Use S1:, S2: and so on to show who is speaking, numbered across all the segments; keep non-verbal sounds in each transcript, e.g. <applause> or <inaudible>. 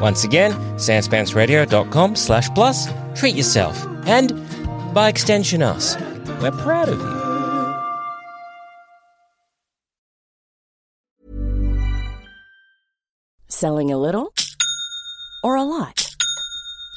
S1: Once again, sanspantsradio.com slash plus, treat yourself, and by extension us. We're proud of you.
S2: Selling a little or a lot?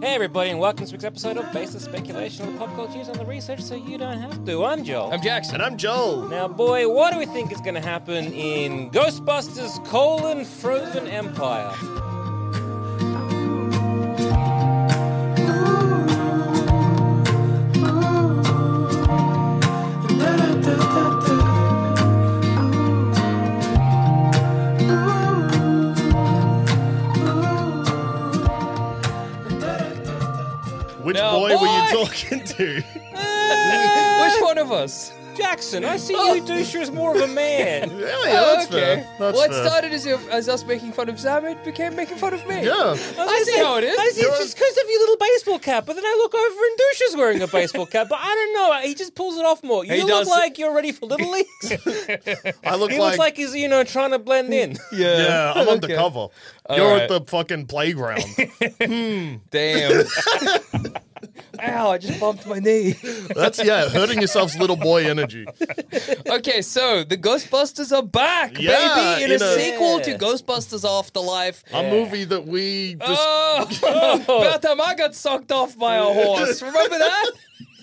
S1: Hey everybody, and welcome to this week's episode of Baseless Speculation on the Pop Culture News on the Research So You Don't Have To. I'm Joel.
S3: I'm Jackson.
S4: And I'm Joel.
S1: now, boy, what do we think is going to happen in Ghostbusters colon Frozen Empire?
S4: Which
S3: No.
S4: boy were
S3: Boy!
S4: you talking <laughs> to?
S3: Which one of us? Oh.
S1: Jackson, I see you doucher is more of a man.
S4: <laughs> yeah, yeah, that's
S3: okay.
S4: fair. That's
S3: well, it
S4: fair.
S3: started as, if- as us making fun of Sam, it became making fun of me.
S4: Yeah.
S3: I see how it is.
S1: I see
S3: You're-
S1: it's just because of your little baseball cap, but then I look over and doucher's wearing a baseball cap, but I don't know. He just pulls it off more. You look
S3: does.
S1: like you're ready for
S3: <laughs>
S1: Little Leagues.
S4: I look
S1: He
S4: like,
S1: looks like he's, you know, trying to blend in.
S3: Yeah.
S4: yeah, I'm
S3: Okay.
S4: undercover. You're
S3: right.
S4: at the fucking playground.
S3: <laughs> Damn. <laughs> Ow, I just bumped my knee.
S4: That's yeah, hurting yourself's little boy energy.
S3: Okay, so the Ghostbusters are back,
S4: Yeah,
S3: baby, in,
S4: in
S3: a,
S4: a-
S3: sequel
S1: Yeah.
S3: to Ghostbusters Afterlife.
S4: A movie that we just
S3: Oh, <laughs> about time I got sucked off by a horse. Remember that?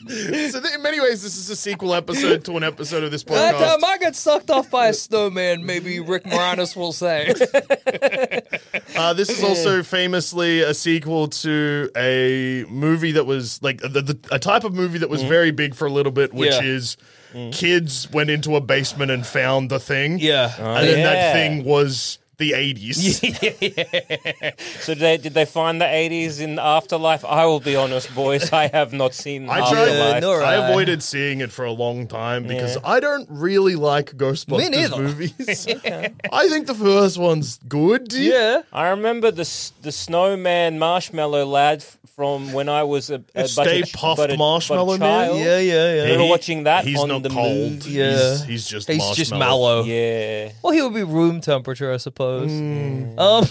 S4: so th- in many ways this is a sequel episode to an episode
S3: <laughs>
S4: of this
S3: About
S4: podcast.
S3: time I got sucked off by a snowman, maybe Rick Moranis will say.
S4: Uh, this is also famously a sequel to a movie that was like the, the, a type of movie that was very big for a little bit, which
S3: Mm. Yeah. Mm.
S4: is kids went into a basement and found the thing.
S3: <laughs> Yeah.
S4: and then
S1: yeah.
S4: that thing was
S1: <laughs>
S4: the 80s.
S1: So did they, did they find the 80s in Afterlife? I will be honest, boys, I have not seen
S4: I
S1: Afterlife.
S4: tried.
S3: Yeah, nor I.
S4: I avoided seeing it for a long time because I don't really like
S3: Me neither.
S1: <laughs>
S4: Ghostbusters movies. I think the first one's good.
S3: Yeah.
S1: I remember the s- the snowman marshmallow lad f- from when I was a, a but a
S4: Stay
S1: ch-
S4: puffed
S1: but a- but a
S4: marshmallow man?
S1: child.
S3: Yeah, yeah, yeah.
S1: remember watching that
S4: He's
S1: on
S4: not
S1: the
S4: cold.
S1: movie.
S4: He's,
S3: Yeah.
S4: he's just
S3: He's just
S4: marshmallow.
S3: mallow.
S1: Yeah.
S3: Well, he would be room temperature, I suppose. Um,
S4: <laughs>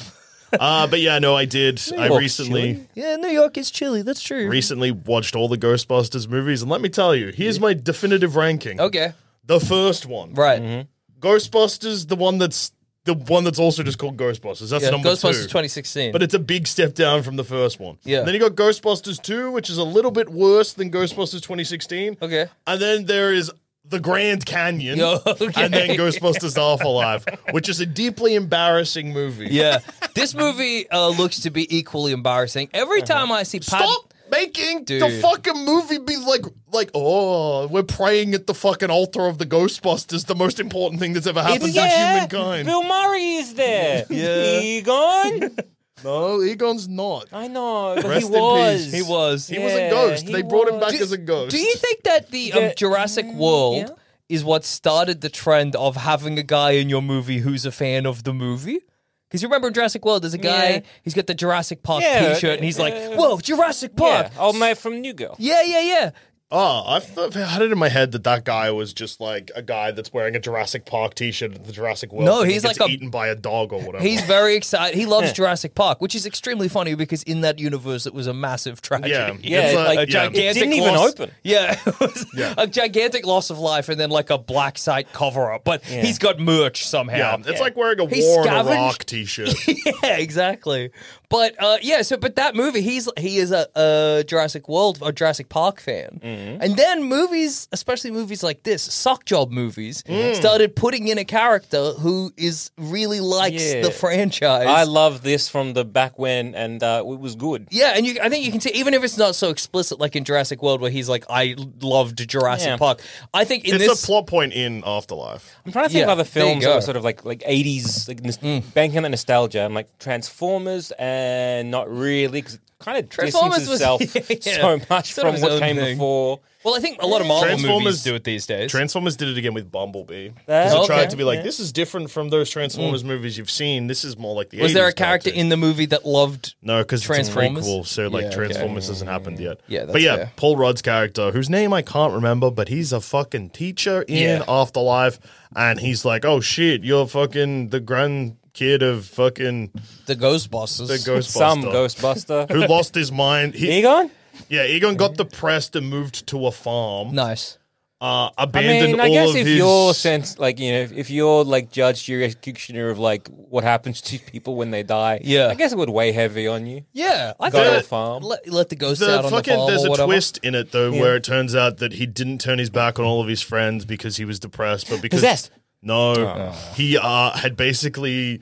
S4: Uh, but yeah, no, I did.
S3: <laughs>
S4: I
S1: York's
S4: recently
S3: yeah, New York is chilly. That's true.
S4: recently watched all the Ghostbusters movies, and let me tell you, here's my definitive ranking.
S3: okay,
S4: The first one,
S3: right.
S5: Mm-hmm.
S4: Ghostbusters, the one that's the one that's also just called Ghostbusters. That's
S3: Yeah,
S4: number
S3: Ghostbusters
S4: two.
S3: 2016.
S4: But it's a big step down from the first one.
S3: Yeah.
S4: then you got Ghostbusters 2, which is a little bit worse than Ghostbusters 2016.
S3: Okay.
S4: And then there is The Grand Canyon.
S3: Yo, <laughs> okay.
S4: And then Ghostbusters Afterlife, which is a deeply embarrassing movie.
S3: yeah, <laughs> this movie uh, looks to be equally embarrassing. Every
S5: Uh-huh.
S3: time I see Pat,
S4: Stop making the
S3: Dude.
S4: fucking movie be like, like, oh, we're praying at the fucking altar of the Ghostbusters, the most important thing that's ever happened to
S1: yeah.
S4: humankind.
S1: Bill Murray is there.
S3: Yeah.
S1: Egon.
S4: No, Egon's not.
S5: <laughs> I know, but
S4: Rest
S5: he
S4: in peace.
S5: was.
S3: He was.
S4: He was a
S5: Yeah,
S4: ghost.
S5: he
S4: They brought him
S5: was.
S4: back as a ghost.
S3: Do you think that the um,
S5: Yeah.
S3: Jurassic
S5: Mm,
S3: World
S5: yeah.
S3: is what started the trend of having a guy in your movie who's a fan of the movie? Because you remember in Jurassic World, there's a guy,
S5: Yeah.
S3: he's got the Jurassic Park
S5: Yeah,
S3: t shirt, and he's like,
S5: uh,
S3: whoa, Jurassic Park!
S5: Yeah. Oh, mate, from New
S4: <laughs>
S5: Girl.
S3: Yeah, yeah, yeah.
S4: Oh, I've I've had it in my head that that guy was just like a guy that's wearing a Jurassic Park T-shirt at the Jurassic World.
S3: No,
S4: and he
S3: he's
S4: gets
S3: like a-
S4: eaten by a dog or whatever.
S3: He's very excited. He loves Jurassic Park, which is extremely funny because in that universe, it was a massive tragedy.
S4: yeah,
S5: Yeah,
S4: it's
S5: it's like
S3: a
S4: yeah.
S3: gigantic
S5: It didn't even
S3: loss-
S5: open.
S3: Yeah, <laughs> it was
S4: Yeah.
S3: a gigantic loss of life, and then like a black site cover up. But he's got merch somehow.
S4: Yeah, it's like wearing a
S3: He
S4: war in
S3: scavenged-
S4: Iraq T-shirt.
S3: <laughs> yeah, exactly. But uh, yeah, so but that movie, he's he is a, a Jurassic World or Jurassic Park fan, and then movies, especially movies like this, sock job movies, started putting in a character who is really likes
S5: Yeah.
S3: the franchise.
S5: I love this from the back when, and uh, it was good.
S3: yeah, and you, I think you can see even if it's not so explicit, like in Jurassic World, where he's like, "I loved Jurassic
S5: Yeah.
S3: Park." I think in
S4: it's
S3: this,
S4: a plot point in
S3: <laughs>
S4: Afterlife.
S5: I'm trying to think
S3: Yeah,
S5: of other
S3: there you
S5: films that
S3: go. Mm.
S5: were sort of like like 80s, like nos- banking on that nostalgia. I'm like Transformers, and not really because kind of
S3: Transformers
S5: distances
S3: was-
S5: itself
S3: <laughs> yeah.
S5: so much
S3: Sort of
S5: from
S3: his
S5: what
S3: own
S5: came
S3: thing. <laughs>
S5: before.
S3: well, I think a lot of Marvel movies
S4: Transformers-
S3: do it these days.
S4: Transformers did it again with Bumblebee. 'Cause
S5: That-
S4: it
S3: Okay. Mm.
S4: tried to be like, this is different from those Transformers movies you've seen. This is more like the.
S3: was there a
S4: 80s now,
S3: character
S4: too."
S3: in the movie that loved?
S4: No, because it's a
S3: Transformers?
S4: prequel, so like
S3: Yeah, okay.
S4: Transformers hasn't happened yet.
S3: Yeah, that's
S4: but yeah,
S3: fair.
S4: Paul Rudd's character, whose name I can't remember, but he's a fucking teacher in
S3: Yeah.
S4: Afterlife, and he's like, "Oh shit, you're fucking the grandkid of fucking
S3: The Ghostbusters.
S4: the Ghostbuster
S5: Some Ghostbuster.
S4: who lost his mind." He,
S5: Egon?
S4: yeah, Egon got depressed and moved to a farm,
S3: Nice.
S4: uh,
S5: I
S4: abandoned
S5: mean,
S4: all
S5: I guess
S4: of
S5: if
S4: his.
S5: you're sense, like you know, if, if you're like judge, executioner of like what happens to people when they die,
S3: Yeah.
S5: I guess it would weigh heavy on you.
S3: Yeah, I
S5: Got
S4: The-
S5: a farm.
S3: Let, let the ghost
S4: the
S3: out on the
S4: fucking
S3: farm
S4: there's
S3: or
S4: a
S3: whatever.
S4: twist in it though, where it turns out that he didn't turn his back on all of his friends because he was depressed, but because
S5: Possessed.
S4: No, he uh, had basically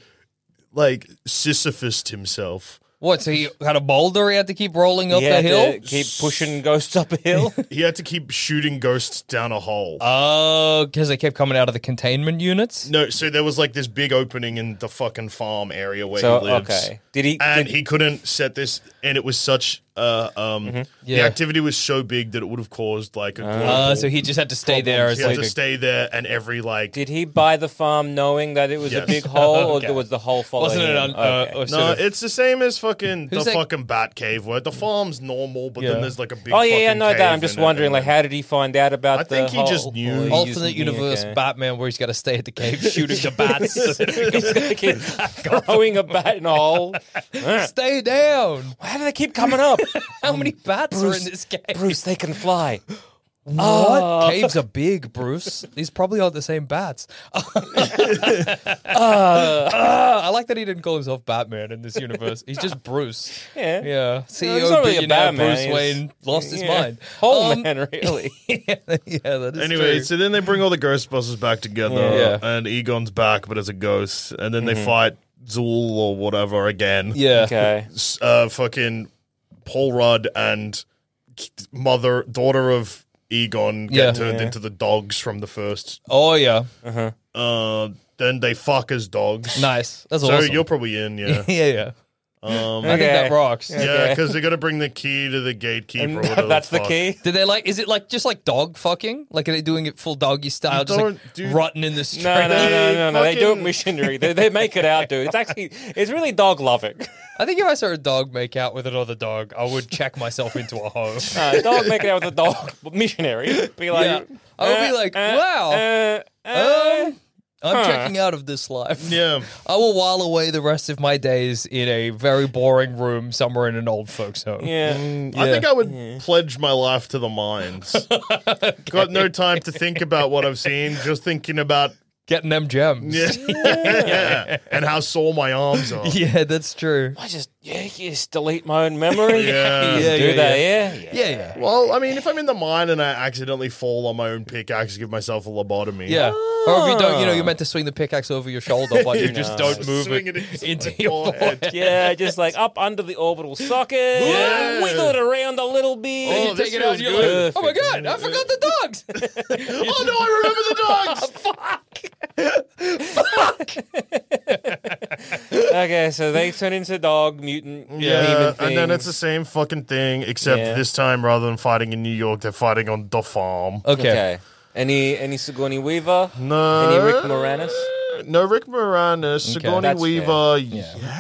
S4: like Sisyphused himself.
S3: What? So he had a boulder he had to keep rolling up
S5: You
S3: the
S5: had
S3: hill.
S5: to keep pushing ghosts up
S4: <laughs>
S5: a hill.
S4: He had to keep shooting ghosts down a hole.
S3: Oh, because they kept coming out of the containment units.
S4: no, so there was like this big opening in the fucking farm area where
S5: so
S4: he lives.
S5: okay, did he?
S4: And he couldn't set this, and it was such. Uh, um, The
S3: Mm-hmm. Yeah.
S4: activity was so big that it would have caused like a. global
S3: Uh, so he just had to stay there
S4: problem.
S3: as
S4: Oh, He had
S3: like
S4: to
S3: a,
S4: stay there, and every like
S5: Did he buy the farm knowing that it was
S4: Yes.
S5: a
S4: <laughs>
S5: big hole, or
S3: Okay.
S5: was the hole following
S3: wasn't it
S5: him?
S3: on
S5: Okay.
S3: uh, or
S4: No,
S3: sort of-
S4: it's the same as fucking the
S3: Who's that-
S4: fucking bat cave where the farm's normal, but
S3: Yeah.
S4: then there's like a big.
S5: oh yeah, yeah, I
S4: fucking
S5: know that.
S4: cave
S5: I'm just
S4: in it,
S5: wondering,
S4: and
S5: like,
S4: then-
S5: how did he find out about
S4: I
S5: the
S4: think he just
S5: hole?
S4: knew.
S5: Or he just
S3: alternate
S5: knew,
S3: universe
S5: okay.
S3: Batman where he's got to stay at the cave shooting the bats.
S5: <laughs> He's
S4: <laughs>
S5: gonna keep throwing a bat in a hole.
S3: stay down.
S5: How do they keep
S4: <laughs>
S5: coming up?
S3: How many bats
S5: Um, Bruce,
S3: are in this cave?
S5: Bruce, they can fly.
S3: What? Caves are big, Bruce. These probably aren't the same
S5: <laughs>
S3: bats. <laughs> Ah, I like that he didn't call himself Batman in this universe. He's just Bruce.
S5: Yeah.
S3: Yeah. CEO
S5: he's not really a
S3: billionaire
S5: Batman,
S3: Bruce
S5: he's-
S3: Wayne lost his
S5: Yeah.
S3: mind.
S5: Hole
S3: Um,
S5: man, really.
S3: <laughs> yeah, that is
S4: Anyway,
S3: true.
S4: so then they bring all the Ghostbusters back together,
S3: Yeah. Yeah.
S4: and Egon's back, but as a ghost, and then they fight Zool or whatever again.
S3: yeah.
S5: okay. <laughs>
S4: S- Uh, fucking Paul Rudd and k- mother daughter of Egon get
S3: Yeah.
S4: turned into the dogs from the first.
S3: Oh yeah.
S4: Uh, then they fuck as dogs.
S3: Nice. That's
S4: so
S3: awesome.
S4: you're probably in, yeah.
S3: <laughs> yeah, yeah.
S4: Um,
S3: I think
S5: Okay.
S3: that rocks.
S4: Yeah, because they're gonna bring the key to the gatekeeper. or whatever
S5: That's the
S4: fuck.
S5: key.
S3: Did they like? Is it like just like dog fucking? Like are they doing it full doggy style? Just like
S4: don't do-
S3: rotting in the street.
S5: No, no, no, no, no. They do it
S4: fucking-
S5: missionary. They, they make it out, dude. It's actually, it's really dog loving. <laughs>
S3: I think if I saw a dog make out with another dog, I would check myself into a home.
S5: Uh, dog make it out with a dog missionary. Be like,
S3: Yeah. I would be like, wow.
S5: uh, uh,
S3: Um, I'm checking out of this life.
S4: Yeah,
S3: I will while away the rest of my days in a very boring room somewhere in an old folks home.
S5: yeah.
S4: I think I would pledge my life to the
S3: <laughs>
S4: mines. Got no time to think about what I've seen, just thinking about <laughs>
S3: Getting them gems.
S4: yeah, yeah, and how sore my arms are.
S3: <laughs> Yeah, that's true.
S5: I just, yeah, you just delete my own memory.
S4: <laughs> Yeah.
S5: You
S3: Yeah,
S5: do
S3: yeah,
S5: that, <laughs> yeah. yeah.
S3: Yeah, yeah.
S4: Well, I mean, if I'm in the mine and I accidentally fall on my own pickaxe, give myself a lobotomy.
S3: Yeah. Or if you don't, you know, you're meant to swing the pickaxe over your shoulder, but you just
S5: No.
S3: don't move
S4: Swing
S3: it,
S4: it into
S3: into
S4: my
S3: your
S4: forehead.
S3: forehead.
S5: Yeah, just like up under the orbital socket,
S4: Yeah.
S5: wiggle it around a little bit.
S4: Oh,
S3: <laughs> you
S4: this
S3: take it out,
S4: feels
S3: and you're
S5: good.
S3: like, oh my god, I forgot the dogs.
S4: Oh no, I remember the dogs.
S1: okay, so they turn into dog mutant.
S4: Yeah,
S1: demon
S4: and then
S1: things.
S4: it's the same fucking thing, except
S1: Yeah.
S4: this time rather than fighting in New York, they're fighting on the farm.
S3: <laughs> Okay.
S1: okay. Any any Sigourney Weaver?
S4: No.
S1: Any Rick Moranis?
S4: No, Rick Moranis, Sigourney
S1: that's fair.
S4: Weaver.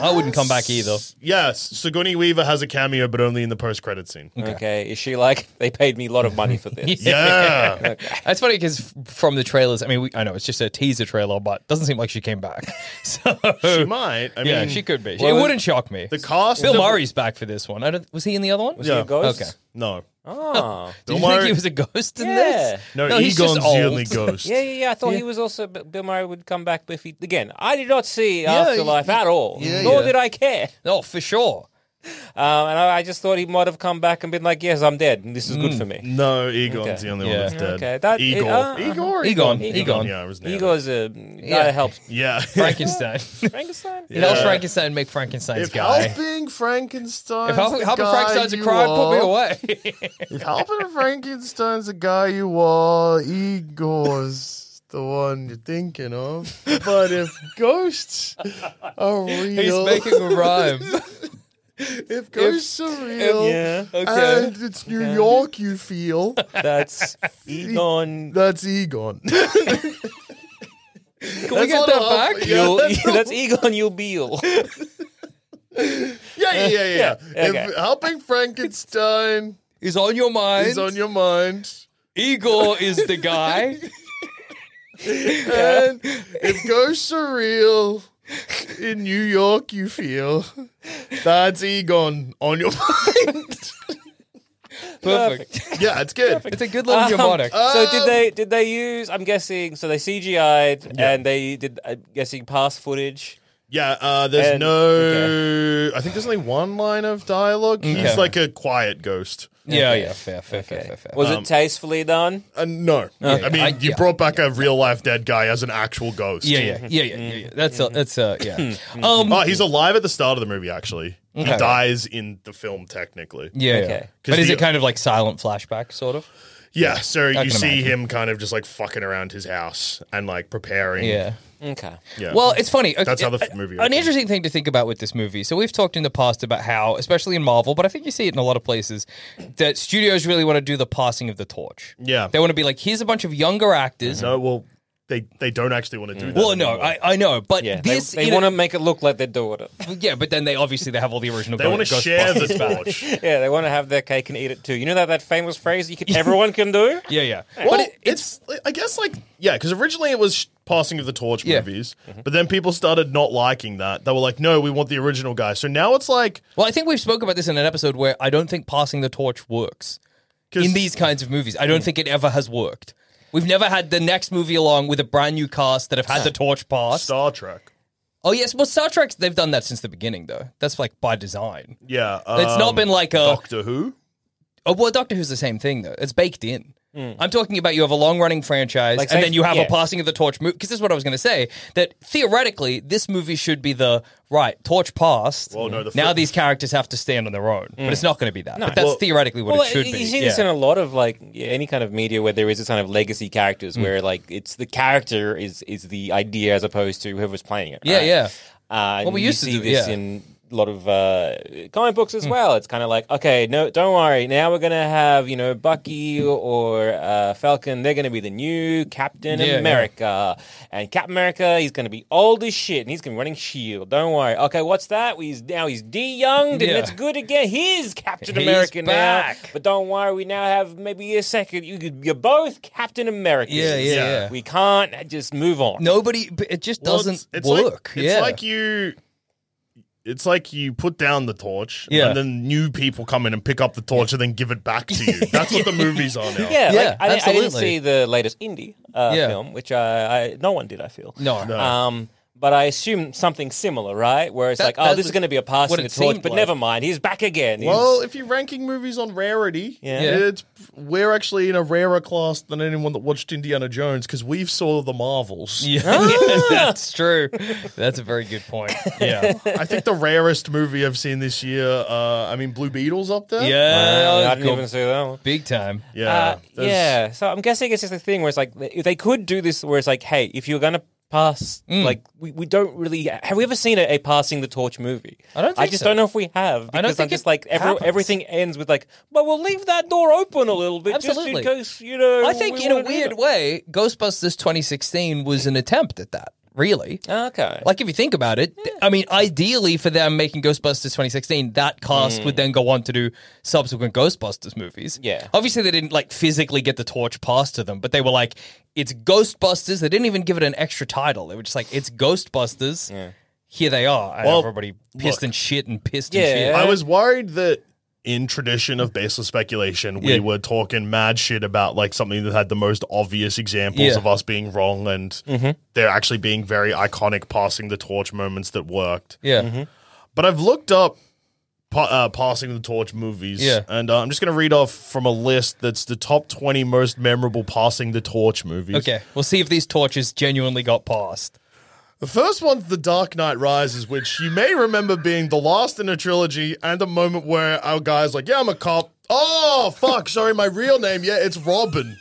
S3: I wouldn't come back either.
S4: Yes, Sigourney Weaver has a cameo, but only in the post-credit scene.
S1: Okay. Is she like <laughs> they paid me a lot of money for this?
S4: Yeah,
S3: That's funny because from the trailers, I mean, we, I know it's just a teaser trailer, but doesn't seem like she came back. <laughs> So
S4: she might. I
S3: <laughs> yeah,
S4: mean,
S3: she could be.
S1: Well,
S3: it wouldn't shock me.
S4: The cast.
S3: Bill
S4: of-
S3: Murray's back for this one. I don't, was he in the other one?
S4: Yeah.
S1: A ghost?
S3: Okay.
S4: No,
S1: Oh.
S3: Did
S4: Bill
S3: you think
S4: Murray-
S3: he was a ghost in
S1: Yeah.
S3: this?
S4: no,
S3: he's just
S4: Egon's the
S3: old. <laughs>
S4: only ghost.
S1: Yeah, yeah, yeah. I thought he was also B- Bill Murray would come back if he again. I did not see
S3: Yeah,
S1: Afterlife
S3: y-
S1: at all,
S3: yeah,
S1: nor
S3: yeah.
S1: did I care.
S3: Oh, for sure.
S1: Um, and I, I just thought he might have come back and been like, "Yes, I'm dead, and this is good for me."
S4: No, Egon's
S1: Okay.
S4: the only
S3: Yeah.
S4: one that's dead.
S1: Okay, that-
S4: Igor.
S1: it- uh,
S4: Igor.
S3: Egon.
S4: Egon.
S3: Egon.
S4: Yeah, I was
S1: He
S4: nailing it.
S1: goes, uh, guy that helps
S4: Yeah. <laughs>
S3: Frankenstein.
S1: Frankenstein.
S3: It helps
S4: Yeah.
S3: Frankenstein make Frankenstein's
S4: If
S3: guy.
S4: helping Frankenstein,
S3: if helping, helping Frankenstein's a crime, put me
S4: <laughs>
S3: away.
S4: If helping Frankenstein's the guy you are, Igor's the one you're thinking of. But
S3: <laughs>
S4: if ghosts are
S3: He's
S4: real, <laughs>
S3: making a rhyme.
S4: if ghosts are real,
S1: Yeah,
S3: Okay.
S4: and it's New York, you feel
S1: that's
S4: <laughs>
S1: Egon.
S4: that's Egon.
S3: <laughs> Can we get
S4: all
S3: that
S4: I'll-
S3: back?
S4: Yeah.
S1: You'll, <laughs> that's Egon Ubeal.
S4: Yeah, yeah, yeah,
S3: <laughs>
S4: yeah.
S1: okay.
S4: If helping Frankenstein
S3: He's on your mind.
S4: is on your mind,
S3: Igor is
S1: <laughs>
S3: the guy.
S4: and <laughs> if ghosts are real in New York, you feel that's Egon on your <laughs> mind.
S3: <laughs> Perfect. Uh-huh. Uh,
S4: yeah, it's good. Um,
S3: It's a good little mnemonic.
S1: so did they? Did they use? I'm guessing. So they CGI'd and they did. I'm guessing past footage.
S4: Yeah, uh, there's
S1: And-
S4: no. I think there's only one line of dialogue. He's like a quiet ghost.
S3: yeah, yeah, fair, fair, fair, fair, fair.
S1: Was it tastefully done?
S4: Uh, no, I mean
S3: I-
S4: you
S3: yeah.
S4: brought back a real life dead guy as an actual ghost.
S3: yeah, yeah, yeah, yeah, yeah, yeah. That's a, that's a, yeah. Um,
S4: Oh, he's alive at the start of the movie. Actually,
S3: Okay.
S4: he dies in the film technically.
S3: yeah, yeah.
S1: Okay.
S3: But
S4: 'Cause
S3: is
S4: the-
S3: it kind of like silent flashback, sort of?
S4: Yeah, so
S3: I
S4: you
S3: can
S4: see
S3: imagine.
S4: him kind of just like fucking around his house and like preparing.
S3: Yeah.
S1: Okay.
S4: yeah.
S3: Well, it's funny.
S4: That's how the
S3: Uh,
S4: f- movie
S3: An
S4: opens.
S3: interesting thing to think about with this movie. So we've talked in the past about how, especially in Marvel, but I think you see it in a lot of places, that studios really want to do the passing of the torch.
S4: Yeah.
S3: They want to be like, here's a bunch of younger actors.
S4: no, well, they they don't actually want to do that.
S3: Mm. Well, no,
S4: anymore.
S3: I, I know, but
S1: Yeah.
S3: this
S1: they
S3: you
S1: want
S3: know-
S1: to make it look like they're doing it.
S3: Yeah, but then they obviously they have all the original.
S4: they want to share the torch.
S1: Yeah, they want to have their cake and eat it too. You know that that famous phrase you can, everyone can do.
S3: <laughs> Yeah, yeah.
S4: Well,
S3: but it,
S4: it's, I guess like yeah, because originally it was sh- passing of the torch
S3: Yeah. Mm-hmm.
S4: movies, but then people started not liking that. They were like, no, we want the original guy. So now it's like
S3: well, I think we've spoken about this in an episode where I don't think passing the torch works
S4: 'cause-
S3: in these kinds of movies. I don't think it ever has worked. We've never had the next movie along with a brand new cast that have had the torch passed.
S4: Star Trek.
S3: Oh yes, well Star Trek they've done that since the beginning though. That's like by design.
S4: Yeah,
S3: It's not
S4: um,
S3: been like a-
S4: Doctor Who.
S3: Oh well, Doctor Who's the same thing though. It's baked in.
S4: Hmm.
S3: I'm talking about you have a long running franchise,
S1: Like,
S3: and
S1: say-
S3: then you have
S1: yeah.
S3: a passing of the torch movie. Because this is what I was going to say: that theoretically, this movie should be the right torch passed.
S4: Well, no, the
S3: now
S4: fir- Hmm.
S3: these characters have to stand on their own, but it's not going to be that. but that's
S4: Well-
S3: theoretically what
S1: Well,
S3: it should
S1: you
S3: be.
S1: see this
S3: Yeah.
S1: in a lot of like yeah, any kind of media where there is this kind of legacy characters
S3: Mm.
S1: where like it's the character is is the idea as opposed to whoever's playing it.
S3: Yeah,
S1: right?
S3: yeah.
S1: Uh,
S3: Well, we
S1: you
S3: used to
S1: see
S3: do-
S1: this
S3: yeah. Hmm.
S1: in a lot of uh, comic books as well. It's kind of like okay, no, don't worry. Now we're gonna have you know Bucky or uh, Falcon. They're gonna be the new Captain
S3: Yeah, yeah.
S1: America, and Captain America he's gonna be old as shit and he's gonna be running Shield. E Don't worry. Okay, what's that? He's now he's de younged and
S3: Yeah.
S1: it's good again. He's Captain
S3: He's
S1: America
S3: back.
S1: now. But don't worry, we now have maybe a second. You, could- you're both Captain America.
S3: Yeah, yeah, Yeah. yeah.
S1: We can't just move on.
S3: Nobody, but it just
S4: Well,
S3: doesn't
S4: it's, it's
S3: work.
S4: Like,
S3: yeah.
S4: It's like you. It's like you put down the torch,
S3: Yeah.
S4: and then new people come in and pick up the torch and then give it back
S3: <laughs>
S4: to you. That's what the movies are now.
S1: Yeah, like, I,
S3: Yeah,
S1: didn't- I didn't
S3: absolutely.
S1: see the latest indie uh,
S3: Yeah.
S1: film, which I, I no one did. I feel
S3: no,
S4: No.
S1: Um, but I assume something similar, right? Where it's
S3: That-
S1: like, oh,
S3: that
S1: this is
S3: was
S1: going to be a passing
S3: what
S1: the
S3: it
S1: torch,
S3: seemed
S1: but
S3: like.
S1: never mind, he's back again. He's-
S4: Well, if you're ranking movies on rarity,
S1: Yeah.
S3: Yeah.
S4: it's we're actually in a rarer class than anyone that watched Indiana Jones because we've saw the Marvels.
S3: <laughs> Yeah,
S5: Ah.
S3: <laughs> that's true. That's a very good
S5: <laughs>
S3: point. Yeah,
S4: <laughs> I think the rarest movie I've seen this year. Uh, I mean, Blue Beetle's up there.
S1: Wow, I
S3: yeah,
S1: didn't even see that one.
S3: big time.
S4: yeah,
S1: Uh,
S4: there's-
S1: yeah. So I'm guessing it's just a thing where it's like they they could do this, where it's like, hey, if you're gonna
S5: pass.
S3: Mm.
S5: Like we, we don't really have we ever seen a, a passing the torch movie?
S3: I don't
S5: I
S3: think
S5: just
S3: so.
S5: don't know if we have because
S3: I don't
S5: am
S3: think
S5: just
S3: it
S5: like every,
S3: happens.
S5: everything ends with like, but we'll leave that door open a little bit
S3: Absolutely.
S5: just in case you know.
S3: I think
S5: we
S3: in a
S5: wanna do
S3: weird
S5: that."
S3: way, Ghostbusters 2016 was an attempt at that. Really.
S5: Okay.
S3: Like if you think about it, I mean, ideally for them making Ghostbusters 2016, that cast would then go on to do subsequent Ghostbusters movies.
S5: Yeah.
S3: Obviously, they didn't like physically get the torch passed to them, but they were like, "It's Ghostbusters." They didn't even give it an extra title. They were just like, "It's Ghostbusters." Here they are. And
S4: Well,
S3: everybody pissed and shit and pissed
S5: Yeah.
S3: and shit.
S4: I was worried that in tradition of baseless speculation, we
S3: Yeah.
S4: were talking mad shit about like something that had the most obvious examples
S3: Yeah. Mm-hmm.
S4: of us being wrong and there actually being very iconic passing the torch moments that worked.
S3: yeah.
S4: But I've looked up pa- uh, passing the torch movies,
S3: Yeah.
S4: and uh, I'm just going to read off from a list that's the top 20 most memorable passing the torch movies.
S3: Okay. We'll see if these torches genuinely got passed.
S4: The first one's The Dark Knight Rises, which you may remember being the last in a trilogy and a moment where our guy's like, Yeah, I'm a cop. Oh, fuck. Sorry, my real name. Yeah, it's Robin.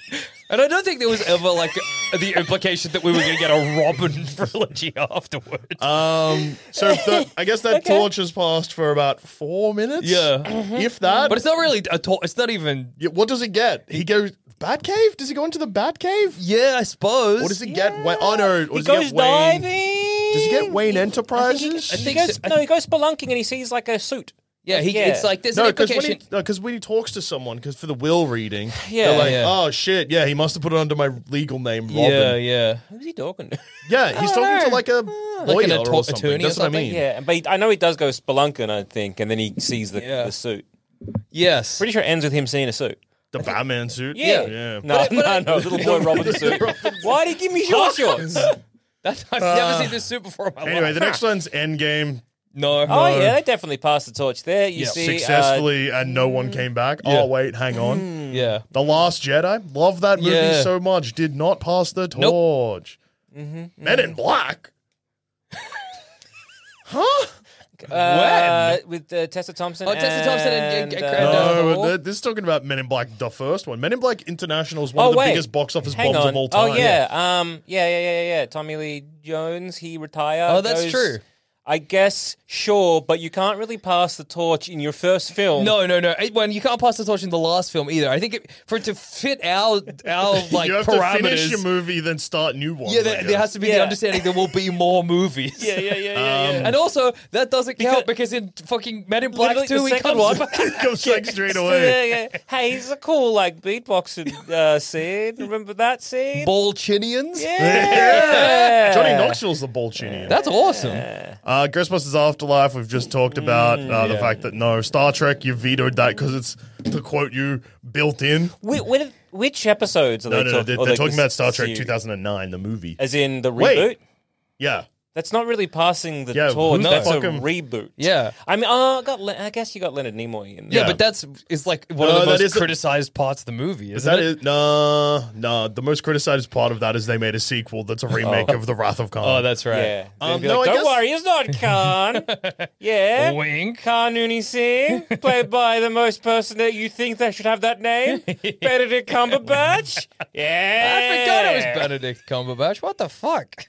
S3: And I don't think there was ever like the implication that we were going to get a Robin <laughs> trilogy afterwards.
S4: Um, so th- I guess that torch has passed for about four minutes.
S3: Yeah.
S4: If that.
S3: But it's not really a torch. It's not even.
S4: Yeah, what does it get? He goes, Batcave? Does he go into the Batcave?
S3: Yeah, I suppose.
S4: What does he get? Wa- oh, no. What
S5: he
S4: does he,
S5: goes
S4: get? Wayne?
S5: diving.
S4: Does he get Wayne
S5: I think, he,
S4: Enterprises?
S5: I
S3: think
S5: he goes,
S3: so. I
S5: no, he goes spelunking and he sees like a suit.
S3: Yeah, he,
S5: Yeah.
S3: it's like there's an
S4: No, because when,
S3: implication.
S4: he- no, 'cause when he talks to someone, because for the will reading,
S5: Yeah.
S4: they're like,
S3: Yeah.
S4: oh shit, yeah, he must have put it under my legal name, Robin. Yeah,
S3: Yeah, yeah.
S5: Who's he talking to?
S4: he's
S5: Oh,
S4: talking
S5: no.
S4: to like a
S3: Like
S4: lawyer
S3: an atto-
S4: or something.
S3: attorney or
S4: That's what I
S3: something?
S4: mean.
S5: Yeah, but he, I know he does go spelunking, I think, and then he sees the,
S3: Yeah.
S5: the suit.
S3: Yes.
S5: Pretty sure it ends with him seeing a suit.
S4: The Batman suit.
S5: Yeah.
S4: yeah.
S5: No,
S3: But I- but
S5: no,
S3: I-
S5: no, little boy Robin suit.
S1: <laughs>
S5: Why'd he give me short shorts?
S3: <laughs> That, I've never seen this suit before in my
S4: Anyway,
S3: life.
S4: the Um, next one's Endgame.
S3: no, no.
S5: Oh yeah, they definitely passed the torch there. You
S3: Yeah.
S5: see, uh,
S4: Successfully, and no one came back.
S3: Yeah.
S4: Oh wait, hang
S5: Hmm.
S4: on.
S3: Yeah.
S4: The Last Jedi. Love that movie
S3: Yeah.
S4: so much. Did not pass the
S3: Nope.
S4: torch.
S5: Mm-hmm.
S4: Men in Black. huh?
S5: uh, with uh, Tessa Thompson.
S3: Oh, Tessa Thompson and, uh,
S5: uh,
S3: Crandall.
S4: No,
S3: Daredevil.
S4: but th- this is talking about Men in Black, the first one. Men in Black International is one
S5: Oh,
S4: of the
S5: wait.
S4: biggest box office
S5: Hang
S4: bombs
S5: on.
S4: of all time. <laughs>
S5: Oh yeah, um, yeah, yeah, yeah, yeah, yeah. Tommy Lee Jones, he retired.
S3: Oh, that's
S5: goes-
S3: true.
S5: I guess sure, but you can't really pass the torch in your first film.
S3: No, no, no. It- When you can't pass the torch in the last film either. I think it, for it to fit our our
S4: <laughs>
S3: like
S4: you have
S3: parameters,
S4: to finish your movie, Oh then start new ones.
S3: yeah,
S4: I
S3: there, there
S4: guess.
S3: has to be the
S5: Oh, Yeah.
S3: understanding there will be more movies. Um,
S5: Yeah, yeah, yeah,
S4: <laughs>
S5: yeah. yeah.
S3: And also, that doesn't count because in fucking Men in Black
S5: Literally the
S3: 2, he
S5: second
S3: comes
S5: one.
S4: <laughs>
S3: back. <laughs>
S4: It goes
S5: <laughs>
S4: like straight
S5: So,
S4: away.
S5: yeah, yeah. Hey, he's a cool like beatboxing uh, scene. Remember
S4: <laughs>
S5: that scene?
S3: Bolchinians?
S5: yeah.
S4: Johnny Knoxville's the Bolchinian.
S3: That's awesome.
S4: Uh, Ghostbusters Afterlife, we've just talked about
S5: Mm,
S4: uh, the fact that no, Star Trek, you vetoed that because it's, to quote you, built in.
S5: Whi- whi- which episodes are
S4: No,
S5: they
S4: no, no.
S5: talk-
S4: They're,
S5: or,
S4: they're
S5: like,
S4: talking
S5: the
S4: about Star Trek
S5: series?
S4: 2009, the movie.
S5: As in the reboot?
S4: Wait. Yeah.
S5: That's not really passing the
S4: Yeah, who
S5: torch.
S4: the
S5: That's a
S4: fuck am-
S5: reboot.
S3: Yeah.
S5: I mean, oh, I, got Le- I guess you got Leonard Nimoy in there.
S3: Yeah,
S4: Yeah.
S3: but that's is like one
S4: No,
S3: of
S4: that
S3: the most
S4: is a-
S3: criticized parts of the movie, isn't
S4: That
S3: it?
S4: is no, no. The most criticized part of that is they made a sequel
S5: <laughs>
S4: that's a remake of The Wrath of Khan.
S3: Oh, that's right.
S5: Yeah.
S4: Um,
S5: Oh. They'd be
S4: no,
S5: like,
S4: I
S5: Don't
S4: guess-
S5: worry, it's not
S3: <laughs>
S5: Khan. yeah.
S3: Wink.
S5: Khan Nooney Singh, played by the most person that you think that should have
S3: <laughs>
S5: that name, Benedict Cumberbatch. Yeah.
S3: I forgot it was Benedict Cumberbatch. What the fuck?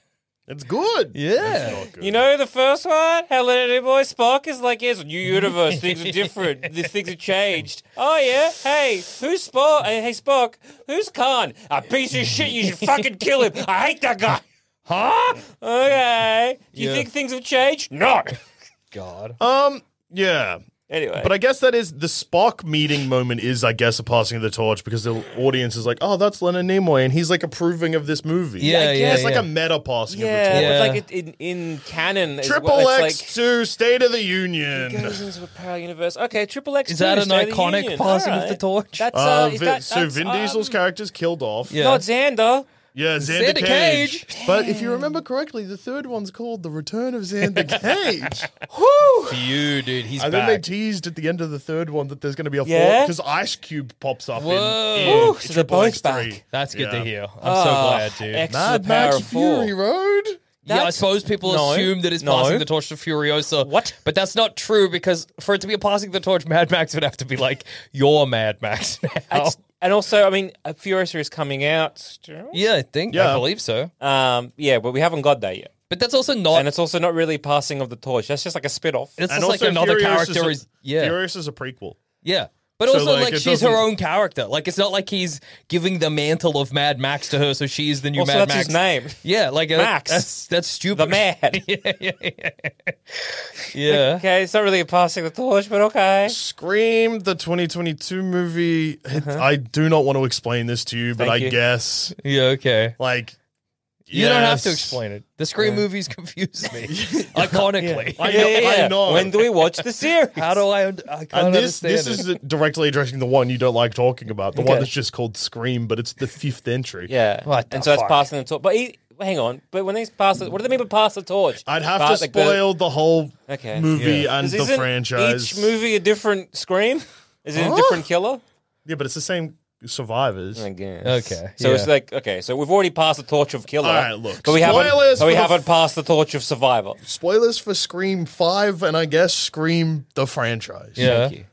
S4: it's good.
S3: Yeah.
S5: You know the first one? How Leonard Boy Spock is like, yes, new universe, things are
S3: <laughs>
S5: different, these things have changed. Oh yeah, hey, who's Spock? uh, Hey, hey, Spock, who's Khan? A piece of shit, you should fucking kill him. I hate that guy. Huh? Okay. Do you
S3: Yeah.
S5: think things have changed? No.
S3: <laughs> God.
S4: Um, yeah.
S5: Anyway.
S4: But I guess that is the Spock meeting moment is, I guess, a passing of the torch because the audience is like, oh, that's Leonard Nimoy, and he's like approving of this movie.
S3: Yeah,
S5: I guess-
S4: It's
S3: yeah,
S4: like
S3: yeah.
S4: a meta passing
S5: yeah,
S4: of the torch.
S5: but
S3: Yeah.
S5: like it, in, in canon, as
S4: Triple
S5: well,
S4: X
S5: it's
S4: to State of the
S5: like,
S4: Union.
S5: goes
S4: <laughs>
S5: into a parallel universe. Okay, Triple X
S3: Is
S5: two,
S3: that an
S5: State of the
S3: iconic
S5: Union.
S3: passing
S5: All
S3: of
S5: right.
S3: the torch?
S5: That's
S4: Uh,
S5: uh, is
S4: Vin-
S5: that,
S4: so
S5: that's,
S4: Vin Diesel's
S5: um,
S4: character's killed off.
S3: Yeah.
S5: Not Xander.
S4: Yeah, Xander,
S3: Xander
S4: Cage.
S3: Cage.
S4: But if you remember correctly, the third one's called The Return of
S3: <laughs>
S4: Xander Cage.
S3: For you, dude. He's
S4: And then they
S3: back.
S4: teased at the end of the third one that there's going to be a
S5: Yeah?
S4: fourth because Ice Cube pops up
S3: Whoa.
S4: in, in
S5: Ooh, so they're
S4: Triple X
S5: both
S4: three.
S5: back.
S3: that's good
S4: Yeah.
S3: to hear. I'm
S5: Ah,
S3: so glad, dude.
S5: ex-
S4: Mad
S5: The
S4: Max
S5: Power of Four.
S4: Fury Road.
S3: yeah, I
S5: That's-
S3: suppose people
S5: No.
S3: assume that it's
S5: No.
S3: passing the torch to Furiosa.
S5: What?
S3: But that's not true because for it to be a passing the torch, Mad Max <laughs> would have to be like, you're Mad Max now.
S5: It's- And also, I mean, uh, Furiosa is coming out. soon.
S3: Yeah, I think. I
S4: Yeah.
S3: believe so.
S5: Um, yeah, but we haven't got that yet.
S3: But that's also not.
S5: And it's also not really passing of the torch. That's just like a spit off.
S3: it's
S4: And
S3: just like
S4: also
S3: another
S4: Furious
S3: character
S4: is
S3: is.
S4: a,
S3: Yeah.
S4: Furious is a prequel.
S3: Yeah. But
S4: So,
S3: also,
S4: like,
S3: like,
S4: it
S3: she's her
S4: doesn't-
S3: own character. Like, it's not like he's giving the mantle of Mad Max to her, so she's the new
S5: Also,
S3: Mad
S5: that's
S3: Max.
S5: his name.
S3: <laughs> Yeah, like uh,
S5: Max.
S3: That's that's stupid.
S5: The Mad.
S3: <laughs> Yeah.
S5: Okay, it's not really a passing the torch, but okay.
S4: Scream, the 2022 movie. It-
S3: Uh-huh.
S4: I do not want to explain this to you, but
S5: Thank
S4: I
S5: you.
S4: guess
S3: Yeah. Okay.
S4: like
S3: You don't have to
S4: yes.
S3: explain it. The Scream movies confuse
S5: <laughs>
S3: me iconically.
S4: I know- I know.
S5: When do we watch
S3: <laughs>
S5: the series?
S3: How do I? und- I can't
S4: And this
S3: understand
S4: this
S3: it.
S4: is directly addressing the one you don't like talking about, the
S5: Okay.
S4: one that's just called Scream, but it's the fifth entry.
S5: Yeah.
S3: What the
S5: and so it's
S3: fuck?
S5: passing the torch. But he, hang on. But when he's pass the, what do they mean by pass the torch?
S4: I'd have
S5: Pass-
S4: to
S5: like, the-
S4: spoil the whole
S5: Okay.
S4: movie
S3: Yeah.
S4: and
S5: Is-
S4: the
S5: isn't
S4: franchise.
S5: Each movie a different scream? Is it a different killer?
S4: Yeah, but it's the same survivors.
S5: I guess.
S3: Okay,
S5: So it's
S3: yeah.
S5: like okay. So we've already passed the torch of killer.
S4: All right, look,
S5: But we haven't.
S4: spoilers
S5: But we
S4: for the
S5: haven't
S4: f-
S5: passed the torch of survivor.
S4: Spoilers for Scream 5 and I guess Scream the franchise.
S3: yeah.
S5: Thank you.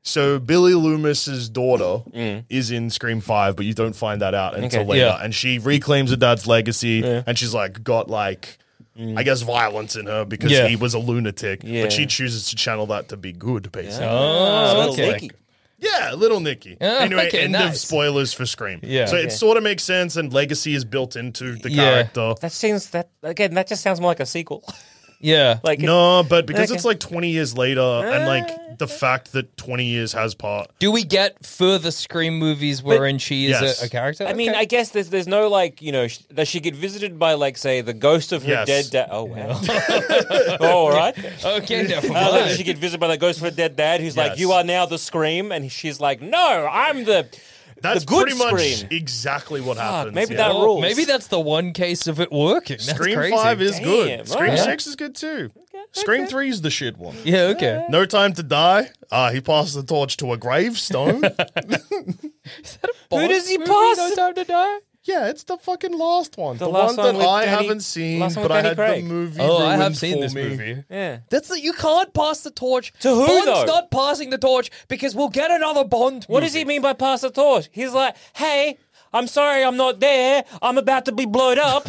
S4: So Billy Loomis's daughter is in Scream Five, but you don't find that out until
S5: Okay.
S4: later.
S3: Yeah.
S4: And she reclaims her dad's legacy, and she's like got like I guess violence in her because
S3: Yeah.
S4: he was a lunatic.
S5: Yeah.
S4: But she chooses to channel that to be good, basically. Yeah,
S3: Oh,
S5: Oh,
S3: okay.
S5: Nicky.
S4: little Nicky.
S5: Oh,
S3: Ah,
S4: anyway,
S3: okay,
S4: end of
S3: nice.
S4: spoilers for Scream.
S3: Yeah.
S4: so
S3: Okay.
S4: it sort of makes sense, and legacy is built into the
S3: Yeah.
S4: character.
S5: That seems that again. That just sounds more like a sequel. <laughs>
S3: Yeah.
S5: Like
S4: No, but because
S5: Okay. Uh,
S4: it's like twenty years later, and like the fact that twenty years has part.
S3: Do we get further Scream movies wherein she is
S4: Yes.
S3: a, a character?
S5: I mean,
S3: Okay.
S5: I guess there's there's no like you know sh- does she get visited by like say the ghost of her
S4: Yes.
S5: dead dad? Oh wow. <laughs> oh, all right.
S3: <laughs>
S5: <laughs>
S3: okay, never
S5: Uh, like, does
S3: mind.
S5: she get visited by the ghost of her dead dad, who's like,
S4: Yes.
S5: "You are now the scream," and she's like, "No, I'm the
S4: That's
S5: the good
S4: pretty much
S5: scream."
S4: exactly what happens.
S5: maybe
S4: yeah.
S5: that
S3: Oh,
S5: rules.
S3: Maybe that's the one case of it working. That's
S4: Scream
S3: crazy.
S4: Five is
S5: Damn,
S4: good. Scream
S5: alright.
S4: Six is good too. Scream Three is the shit one.
S3: yeah. Okay.
S4: No Time to Die. Uh, he passed the torch to a
S5: <laughs>
S4: gravestone.
S5: who does he
S3: Boss
S5: pass?
S3: movie, No time to die.
S4: yeah, it's the fucking last one. The,
S5: last
S4: one, that
S5: one with
S4: I
S5: Danny-
S4: haven't seen,
S5: last one
S4: but
S5: with
S4: I
S5: Danny
S4: had
S5: Craig.
S4: the movie.
S3: Oh, I have
S4: ruined
S3: seen
S4: for
S3: this
S4: me.
S3: movie.
S5: yeah.
S3: That's the, you can't pass the torch
S5: To who,
S3: Bond's
S5: though?
S3: not passing the torch because we'll get another Bond.
S5: What does he mean by pass the torch? He's like, hey, I'm sorry I'm not there. I'm about to be blown <laughs> up.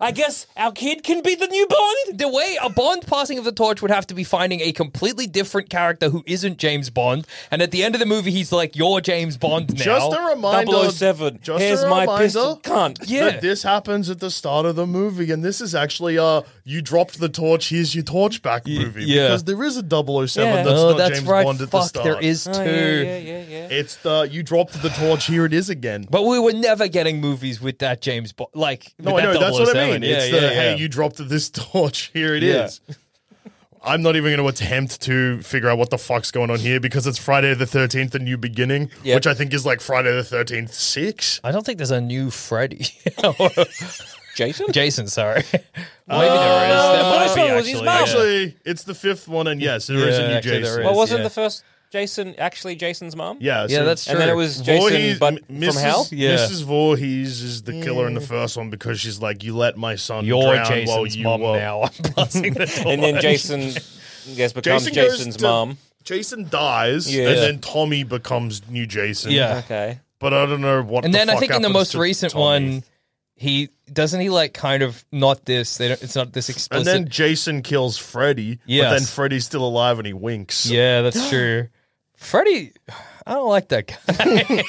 S5: I guess our kid can be the new Bond.
S3: The way a Bond passing of the torch would have to be finding a completely different character who isn't James Bond, and at the end of the movie, he's like, "You're James Bond now."
S4: Just a reminder.
S5: 007.
S4: Just
S5: Here's
S4: a
S5: my
S4: reminder
S5: pistol. Cunt.
S3: Yeah.
S4: That this happens at the start of the movie, and this is actually uh, you dropped the torch. Here's your torch back movie.
S3: yeah.
S4: Because there is a 007
S5: Yeah.
S4: that's
S3: oh,
S4: not
S3: that's
S4: James
S3: right.
S4: Bond at
S3: Fuck,
S4: the start.
S3: there is two.
S5: Oh, yeah, yeah, yeah, yeah.
S4: It's the you dropped the torch. Here it is again.
S3: But we were never getting movies with that James Bond. Like,
S4: No, I
S3: with
S4: know.
S3: that
S4: That's what I
S3: 007.
S4: mean. it's
S3: Yeah,
S4: the,
S3: yeah, yeah.
S4: hey, you dropped this <laughs> torch. Here it
S3: Yeah.
S4: is. I'm not even going to attempt to figure out what the fuck's going on here because it's Friday the 13th, a new beginning,
S3: Yep.
S4: which I think is like Friday the 13th, 6.
S3: I don't think there's a new Freddy. <laughs>
S5: Jason?
S4: <laughs>
S3: Jason, sorry.
S5: the first one was his mum.
S4: Actually, it's the fifth one, and yes, there is
S3: Yeah,
S4: a new
S3: actually, there
S4: Jason.
S3: is.
S5: Well, wasn't
S3: yeah.
S5: the first Jason actually Jason's mom?
S4: yeah,
S3: Yeah,
S4: so
S3: that's true.
S5: And then it was Jason,
S4: Voorhees-
S5: but
S4: M-
S5: from hell?
S3: Yeah.
S4: Mrs. Voorhees is the killer in the first one because she's like, you let my son
S3: your
S4: drown while
S3: Jason's
S4: you uh,
S3: mom
S4: were <laughs>
S3: now. I'm passing the torch.
S5: And then Jason, yes, becomes
S4: goes
S5: Jason's
S4: to-
S5: mom.
S4: Jason dies,
S5: Yeah.
S4: and then Tommy becomes new Jason.
S3: Yeah.
S5: Okay.
S4: but I don't know what.
S3: and
S4: the
S3: then I
S4: fuck
S3: think in the
S4: happens
S3: most
S4: to
S3: recent
S4: Tommy.
S3: one, he doesn't he like kind of not this. They don't, it's not this
S4: and
S3: explicit.
S4: then Jason kills Freddy.
S3: Yes.
S4: but then Freddy's still alive and he winks.
S3: yeah,
S4: <gasps>
S3: that's true. Freddy, I don't like that guy.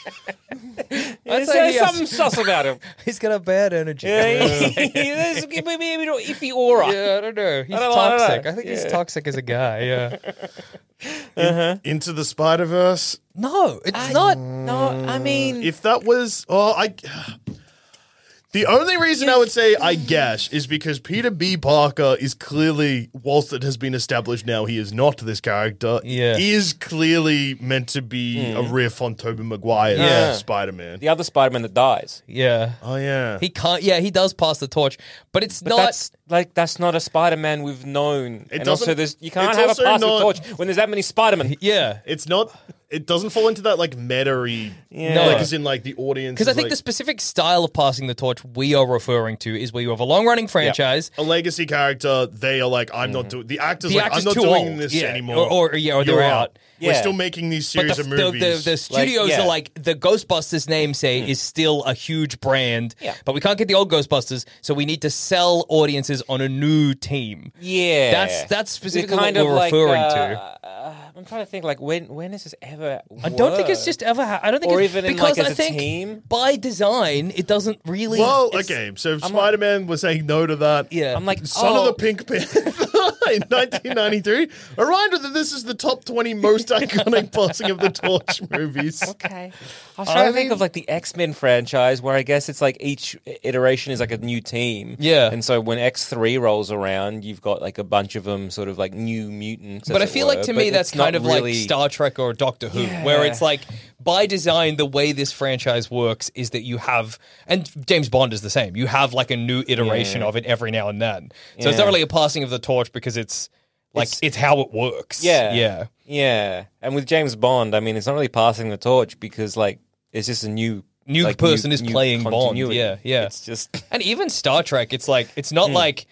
S3: <laughs> I'd
S5: There's,
S3: say
S5: there's
S3: he has-
S5: something sus about him.
S3: He's got a bad energy.
S5: Yeah, he- there's a maybe a little iffy aura.
S3: Yeah, I don't know. He's
S5: I don't- I don't know.
S3: toxic. I, think he's
S5: Yeah.
S3: toxic as a guy.
S4: <laughs>
S3: Yeah.
S4: Into the Spider Verse.
S3: No, it's not.
S5: No, I mean,
S4: If that was, oh, I. The only reason I would say I guess is because Peter B. Parker is clearly, whilst it has been established now he is not this character,
S3: Yeah.
S4: is clearly meant to be
S3: Hmm.
S4: a riff on Tobey Maguire's
S5: Yeah.
S4: Spider Man.
S5: the other Spider-Man that dies.
S3: Yeah.
S4: Oh, yeah.
S3: He can't. Yeah, he does pass the torch, but it's
S5: But
S3: not.
S5: that's like that's not a Spider-Man we've known.
S4: It
S5: and also,
S4: doesn't-
S5: there's you can't
S4: it's
S5: have a
S4: also
S5: pass the
S4: not-
S5: torch when there's that many Spider-Man.
S3: yeah,
S4: it's not it doesn't fall into that like meta-y,
S5: Yeah.
S4: like as in like the audience.
S3: Because I
S4: is,
S3: think
S4: like,
S3: the specific style of passing the torch we are referring to is where you have a long running franchise.
S4: a legacy character, they are like, I'm not doing the actors.
S3: Hmm. The
S4: like,
S3: actor's
S4: I'm not
S3: too
S4: doing
S3: old,
S4: this
S3: yeah,
S4: anymore.
S3: or- or- yeah, or they're
S4: You're
S3: out.
S5: Yeah.
S4: We're still making these
S3: But
S4: series
S3: the,
S4: of
S3: the, the,
S4: movies.
S3: the studios
S5: yeah.
S3: are like the Ghostbusters namesake is still a huge brand,
S5: Yeah.
S3: but we can't get the old Ghostbusters, so we need to sell audiences on a new team.
S5: Yeah,
S3: That's- that's specifically
S5: They're
S3: what we're referring
S5: uh,
S3: to.
S5: Uh, I'm trying to think like when when is this ever?
S3: I don't think it's just ever. Ha- I don't think,
S5: Or
S3: it's,
S5: even in,
S3: because
S5: like,
S3: I
S5: as a
S3: think
S5: team?
S3: by design it doesn't really.
S4: well,
S3: it's-
S4: okay, so if Spider Man was saying no to that.
S3: yeah.
S5: I'm like
S4: Son
S5: oh,
S4: of the Pink Panther <laughs> in 1993. A reminder that this is the top 20 most
S3: <laughs>
S4: iconic passing of the torch movies.
S5: Okay. I was trying to think
S4: mean-
S5: of like the X Men franchise, where I guess it's like each iteration is like a new team.
S3: Yeah.
S5: And so when X three rolls around, you've got like a bunch of them, sort of like new mutants.
S3: But I
S5: as it
S3: feel
S5: were,
S3: like to
S5: but
S3: me that's
S5: it's not
S3: kind of
S5: really-
S3: like Star Trek or Doctor Who, where it's like by design the way this franchise works is that you have, and James Bond is the same. You have like a new iteration of it every now and then, so it's
S5: Yeah.
S3: not really a passing of the torch because it's like it's, how it works.
S5: Yeah.
S3: yeah.
S5: Yeah. And with James Bond, I mean, it's not really passing the torch because like it's just a new
S3: New
S5: like,
S3: person is playing Bond.
S5: continuity.
S3: Yeah, yeah.
S5: It's just <laughs>
S3: And even Star Trek, it's like it's
S5: Hmm.
S3: not like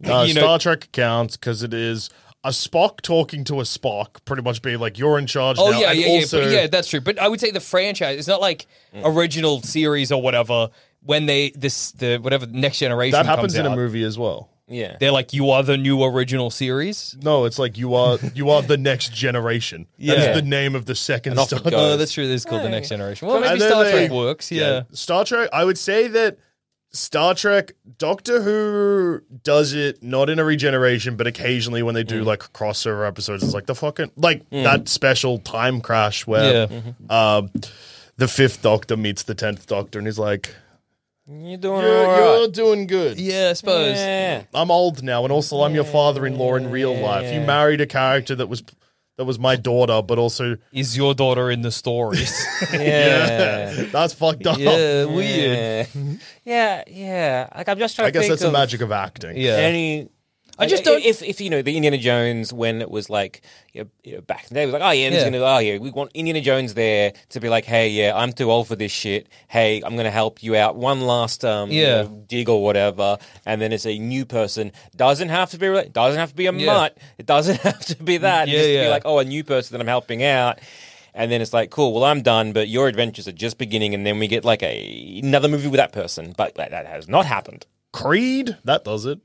S4: No,
S3: you know.
S4: Uh, Star Trek counts because it is a Spock talking to a Spock, pretty much being like, "You're in charge
S3: Oh
S4: now."
S3: yeah,
S4: and
S3: yeah,
S4: also,
S3: yeah, but yeah. That's true. But I would say the franchise. It's not like
S5: Hmm.
S3: original series or whatever. When they this the whatever next generation
S4: that
S3: comes
S4: happens in a
S3: out.
S4: movie as well.
S5: yeah.
S3: They're like, you are the new original series.
S4: No, it's like you are you are the next generation. That
S3: Yeah.
S4: is the name of the second
S5: off
S4: Star
S5: it goes.
S3: Oh, that's true. This is called the Next Generation. Well, maybe
S4: And then
S3: Star
S4: they-
S3: Trek works. Yeah.
S4: Star Trek. I would say that Star Trek, Doctor Who does it not in a regeneration, but occasionally when they do like crossover episodes, it's like the fucking like that special time crash
S3: Yeah.
S4: where um, the fifth Doctor meets the tenth Doctor and he's like,
S5: You're doing
S4: "You're,
S5: all
S4: you're
S5: right.
S4: doing good."
S3: Yeah, I suppose.
S5: yeah.
S4: I'm old now, and also I'm your father-in-law in real life. You married a character that was that was my daughter, but also
S3: Is your daughter in the stories?
S5: Yeah.
S4: <laughs> that's fucked up.
S3: <laughs> yeah, weird.
S5: Yeah. yeah, yeah. Like I'm just trying
S4: I
S5: to
S4: guess
S5: think
S4: that's
S5: of
S4: the magic of acting.
S3: Yeah.
S5: any. I
S3: just
S5: just
S3: don't-
S5: don't. If, if you know the Indiana Jones when it was like you know, you know, back in the day, it was like oh yeah, Indiana- oh yeah, we want Indiana Jones there to be like hey yeah, I'm too old for this shit. Hey, I'm gonna help you out one last um you
S3: Yeah.
S5: know, dig or whatever, and then it's a new person doesn't have to be rela- doesn't have to be a
S3: Yeah.
S5: mutt. It doesn't <laughs> have to be that. It
S3: Yeah,
S5: just to
S3: yeah.
S5: be like oh a new person that I'm helping out. And then it's like, cool. Well, I'm done, but your adventures are just beginning. And then we get like a, another movie with that person, but that, that has not happened.
S4: Creed that does it.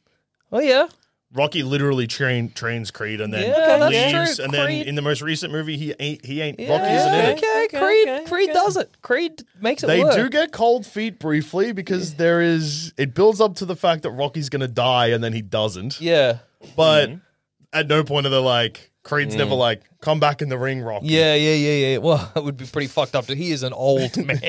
S3: Oh yeah.
S4: Rocky literally train, trains Creed and then
S3: Yeah, that's
S4: leaves,
S3: true.
S4: and
S3: Creed-
S4: then in the most recent movie, he ain't he ain't
S3: Yeah,
S4: Rocky isn't in it.
S3: okay,
S5: Okay,
S3: Creed.
S5: okay,
S3: Creed
S5: okay.
S3: does it. Creed makes it
S4: They
S3: work.
S4: do get cold feet briefly because there is it builds up to the fact that Rocky's gonna die and then he doesn't.
S3: yeah. Mm-hmm.
S4: But at no point are they like Creed's never like come back in the ring, Rocky.
S3: Mm. Yeah, yeah, yeah, yeah. Well, <laughs> that would be pretty fucked up. To he is an <laughs> old man.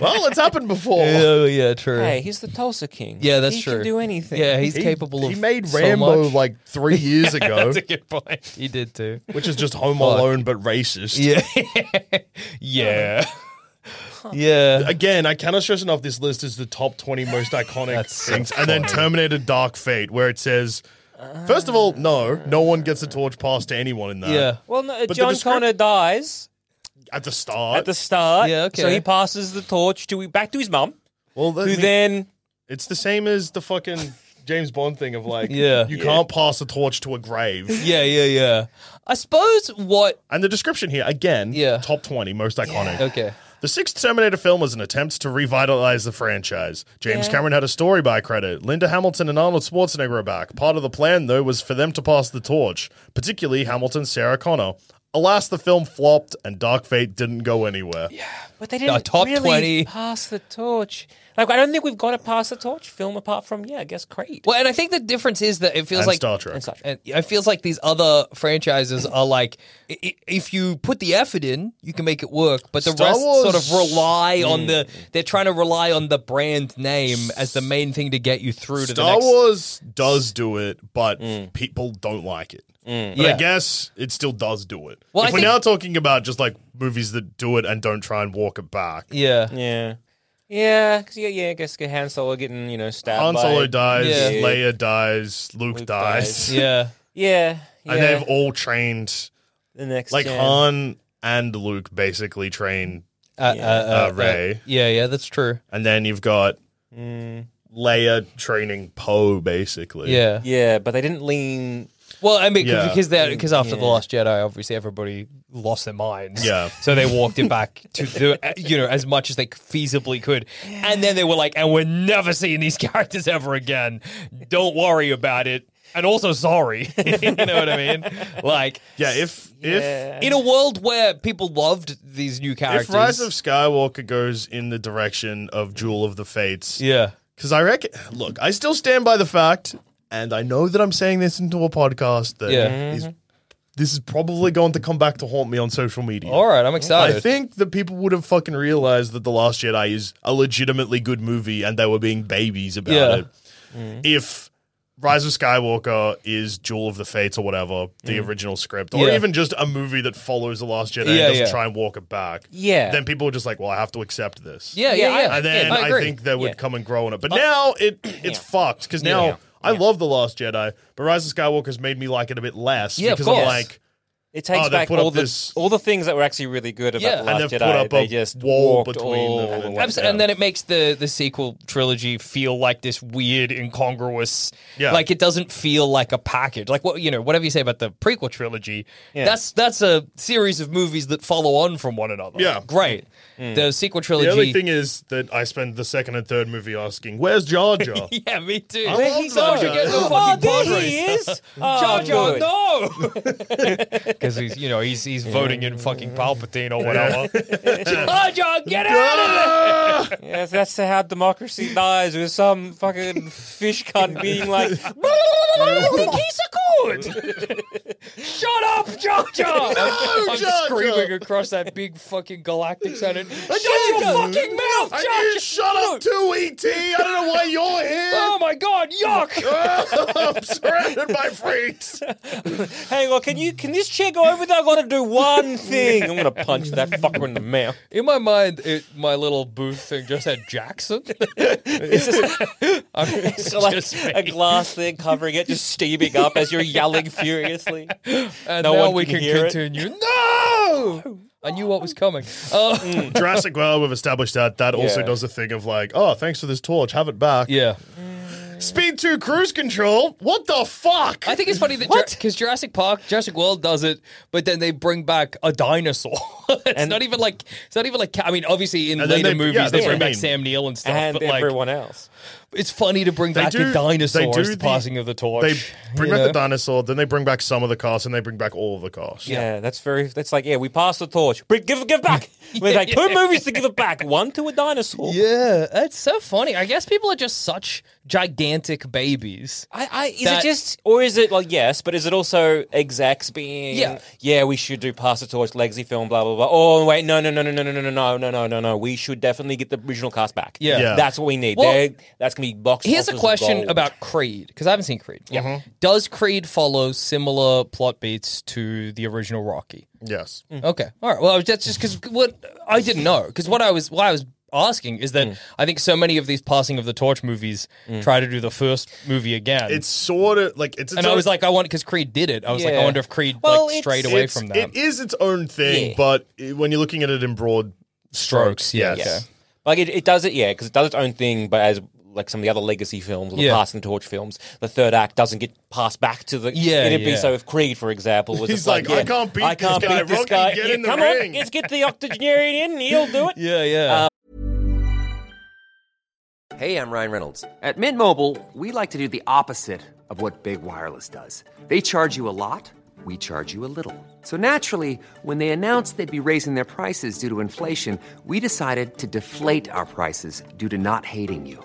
S4: Well, it's
S3: <laughs>
S4: happened before.
S3: oh yeah, true.
S5: Hey, he's the Tulsa King.
S3: Yeah, that's
S5: he
S3: true.
S5: Can do anything.
S3: Yeah, he's
S4: He-
S3: capable of.
S4: He made
S3: so
S4: Rambo
S3: much.
S4: like three
S3: <laughs>
S4: years ago,
S3: That's a good point. He did <laughs> too.
S4: which is just Home
S3: Fuck.
S4: Alone but racist.
S3: Yeah. <laughs> yeah. yeah.
S4: Again, I cannot stress enough. This list is the top twenty most iconic
S3: <sighs> That's so
S4: things, and then Terminator Dark Fate, where it says, first of all, no, no one gets a torch passed to anyone in that.
S3: Yeah.
S5: Well, no,
S4: the
S5: John
S4: descrip-
S5: Connor dies
S4: at the start.
S5: at the start.
S3: Yeah, okay.
S5: So he passes the torch to back to his mum,
S4: well,
S5: who
S4: then,
S5: then
S4: it's the same as the fucking James Bond thing of like,
S3: Yeah.
S4: you can't pass a torch to a grave.
S3: Yeah, yeah, yeah. I suppose what.
S4: And the description here again,
S3: Yeah.
S4: top twenty most iconic.
S3: Okay.
S4: The sixth Terminator film was an attempt to revitalize the franchise. James Cameron had a story by credit. Linda Hamilton and Arnold Schwarzenegger are back. Part of the plan, though, was for them to pass the torch, particularly Hamilton's Sarah Connor. Alas, the film flopped, and Dark Fate didn't go anywhere.
S5: But they didn't
S3: top
S5: really
S3: 20.
S5: pass the torch. Like I don't think we've got a pass the torch film apart from yeah, I guess Creed.
S3: Well, and I think the difference is that it feels
S4: And
S3: like
S4: Star Trek.
S5: And such.
S3: And it feels like these other franchises are like, i- i- if you put the effort in, you can make it work. But the
S4: Star
S3: rest
S4: Wars-
S3: sort of rely on the. They're trying to rely on the brand name as the main thing to get you through to the
S4: Star
S3: next. Mm.
S4: Wars does do it, but people don't like it. But
S3: Yeah.
S4: I guess it still does do it.
S3: Well,
S4: if
S3: I
S4: we're
S3: think-
S4: now talking about just like movies that do it and don't try and walk it back,
S3: Yeah.
S5: yeah, yeah, 'cause yeah, yeah. I guess Han Solo getting you know stabbed.
S4: Han Solo
S5: by-
S4: dies,
S3: Yeah.
S4: Leia dies, Luke,
S5: Luke
S4: dies.
S5: dies.
S3: Yeah.
S5: Yeah, yeah.
S4: And they've all trained
S5: the next
S4: like
S5: gen.
S4: Han and Luke basically train
S3: Uh,
S4: uh, Ray.
S3: yeah, yeah, that's true.
S4: and then you've got Leia training Poe basically.
S3: Mm. Yeah.
S5: Yeah, but they didn't lean.
S3: Well, I mean,
S4: Yeah.
S3: because that because after the Last Jedi, obviously everybody lost their minds.
S4: Yeah.
S3: So they walked it back to
S4: <laughs>
S3: the you know as much as they feasibly could, and then they were like, "And we're never seeing these <laughs> characters ever again. Don't worry about it." And also, sorry, <laughs> you know what I mean? Like,
S4: Yeah, if if
S3: in a world where people loved these new characters,
S4: if Rise of Skywalker goes in the direction of Jewel of the Fates,
S3: yeah,
S4: Because I reckon, look, I still stand by the fact, and I know that I'm saying this into a podcast that
S3: Yeah.
S4: is- this is probably going to come back to haunt me on social media.
S3: all right, I'm excited.
S4: I think that people would have fucking realized that The Last Jedi is a legitimately good movie and they were being babies about
S3: Yeah.
S4: it. If Rise of Skywalker is Jewel of the Fates or whatever, the original script, or
S3: Mm. Yeah.
S4: even just a movie that follows The Last Jedi
S3: Yeah,
S4: and doesn't
S3: yeah.
S4: try and walk it back,
S5: Yeah.
S4: then people are just like, well, I have to accept this.
S3: yeah, yeah, yeah.
S4: And then
S3: Yeah, Oh.
S4: I,
S3: agree.
S4: think they would
S5: Yeah.
S4: come and grow on it. But now
S3: <clears throat>
S4: it it's fucked because now
S5: Yeah.
S4: I love the Last Jedi, but Rise of Skywalker's made me like it a bit less
S3: Yeah, of
S4: because
S3: course.
S4: I'm like
S5: It takes
S4: Oh, they
S5: back
S4: put up
S5: all the
S4: this-
S5: all the things that were actually really good about
S3: Yeah. And
S5: the Last
S4: they've put
S5: Jedi.
S4: up a
S5: they just
S4: wall
S5: walked
S4: between
S5: all
S4: them and
S5: the
S4: Abs-
S5: way
S3: Abs-
S5: down.
S3: And then it makes the the sequel trilogy feel like this weird, incongruous.
S4: Yeah.
S3: Like it doesn't feel like a package. Like what you know, whatever you say about the prequel trilogy, that's that's a series of movies that follow on from one another.
S4: Yeah. Hmm.
S3: great. The sequel
S4: the only
S3: trilogy.
S4: thing is that I spend the second and third movie asking, "Where's Jar
S3: <laughs>
S4: Jar?"
S3: <laughs> yeah, me too.
S4: I love Jar Jar.
S3: get the
S4: Oh,
S5: Oh,
S3: fucking pod
S5: there
S3: race.
S5: he is!
S3: <laughs> Jar
S5: Oh,
S3: Jar,
S5: good.
S3: no,
S5: <laughs>
S3: because he's you know he's he's voting in fucking Palpatine or whatever.
S4: <laughs>
S3: Jar Jar, get out
S5: <laughs>
S3: of there!
S5: Yes, that's how democracy dies with some fucking fish cunt being like,
S3: <laughs> I think he's a good. Shut up, Jar
S5: <laughs>
S3: Jar! I'm
S4: Jar
S3: screaming
S4: Jar.
S3: across that big fucking galactic senate. Shut
S4: Jar
S3: your
S4: Jar.
S3: fucking mouth, Jar
S4: And
S3: Jar!
S4: you shut up too, ET. I don't know why you're here.
S3: Oh my god, yuck!
S4: <laughs> I'm surrounded by
S3: <laughs>
S4: freaks.
S5: "Hang on, can you can this chair go over there? I gotta do one thing. I'm gonna punch that fucker in the mouth."
S3: In my mind, it, my little booth thing just had
S4: <laughs>
S3: Jackson.
S5: It's just,
S3: I mean, <laughs> it's
S5: it's <laughs> like
S3: just me.
S5: a glass thing covering it, just steaming up as you're
S3: <laughs>
S5: yelling furiously.
S3: and
S5: no
S3: now
S5: one
S3: we
S5: can
S3: can,
S5: hear it.
S3: continue. No! I knew what was coming. Uh,
S4: Oh! Jurassic World, we've established that. That also
S5: Yeah.
S4: does a thing of like, oh, thanks for this torch, have it back.
S3: <laughs> Yeah.
S4: Speed 2 cruise control? What the fuck?
S3: I think it's funny that because Jurassic Park, Jurassic World does it, but then they bring back a dinosaur. <laughs> it's not even like it's not even like ca- I mean, obviously in
S4: And then
S3: later
S4: they-
S3: movies
S4: yeah,
S3: they
S4: that's
S3: bring
S4: what I
S3: back
S4: mean.
S3: Sam Neill and stuff,
S5: And
S3: but like
S5: everyone else.
S3: it's funny to bring back
S4: do-
S3: a dinosaur
S4: they do
S3: as the,
S4: the-
S3: passing of the torch.
S4: They bring
S3: you
S4: back
S3: know?
S4: the dinosaur, then they bring back some of the cast, and they bring back all of the cast.
S5: Yeah. that's very. That's like, yeah, we pass the torch. Bring, give, give back.
S3: <laughs>
S5: We like two movies to give it back. One to a dinosaur.
S3: yeah, that's so funny. I guess people are just such gigantic babies.
S5: I, I, is
S3: That-
S5: it just, or is it like yes, but is it also execs being?
S3: Yeah.
S5: yeah, we should do pass the torch, legacy film, blah blah blah. Oh wait, no no no no no no no no no no no no. We should definitely get the original cast back.
S3: Yeah.
S4: Yeah.
S5: that's what we need.
S3: Well,
S5: They're- that's gonna be box.
S3: Here's a
S5: office
S3: question
S5: gold.
S3: about Creed because I haven't seen Creed. Yeah,
S4: Mm-hmm.
S3: does Creed follow similar plot beats to the original Rocky?
S4: Yes.
S3: Okay. All right. Well, that's just because what I didn't know. Because what I was, what I was asking is that I think so many of these passing of the torch movies try to do the first movie again.
S4: It's sort of like it's. its
S3: and I
S4: own-
S3: was like, I want because Creed did it. I was like,
S5: Yeah.
S3: I wonder if Creed
S5: Well,
S3: like
S5: it's-
S3: strayed away
S4: it's-
S3: from that.
S4: It is its own thing,
S5: Yeah.
S4: but i- when you're looking at it in broad strokes,
S3: Strokes, yeah,
S4: yes.
S3: okay.
S5: Like it, it does it, yeah, because it does its own thing, but as like some of the other legacy films, or the
S3: Yeah.
S5: Pass and Torch films, the third act doesn't get passed back to the.
S3: Yeah,
S5: it'd be
S3: yeah.
S5: so if Creed, for example, was
S4: He's
S5: just like,
S4: like, "I
S5: yeah,
S4: can't beat
S5: I
S4: this
S5: can't
S4: guy.
S5: beat this
S4: Rocky,
S5: guy.
S4: get
S5: Yeah,
S4: in the
S5: come
S4: ring."
S5: on, let's get the octogenarian in. He'll
S4: <laughs>
S5: do it.
S3: yeah, yeah.
S6: Hey, I'm Ryan Reynolds. At Mint Mobile, we like to do the opposite of what Big Wireless does. They charge you a lot, we charge you a little. So naturally, when they announced they'd be raising their prices due to inflation, we decided to deflate our prices due to not hating you.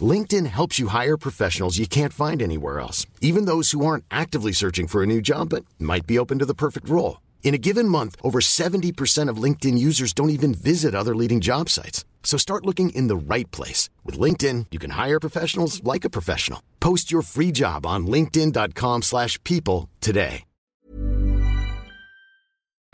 S7: LinkedIn helps you hire professionals you can't find anywhere else, even those who aren't actively searching for a new job but might be open to the perfect role. In a given month, over 70% of LinkedIn users don't even visit other leading job sites. So start looking in the right place. With LinkedIn, you can hire professionals like a professional. Post your free job on linkedin.com/people slash people today.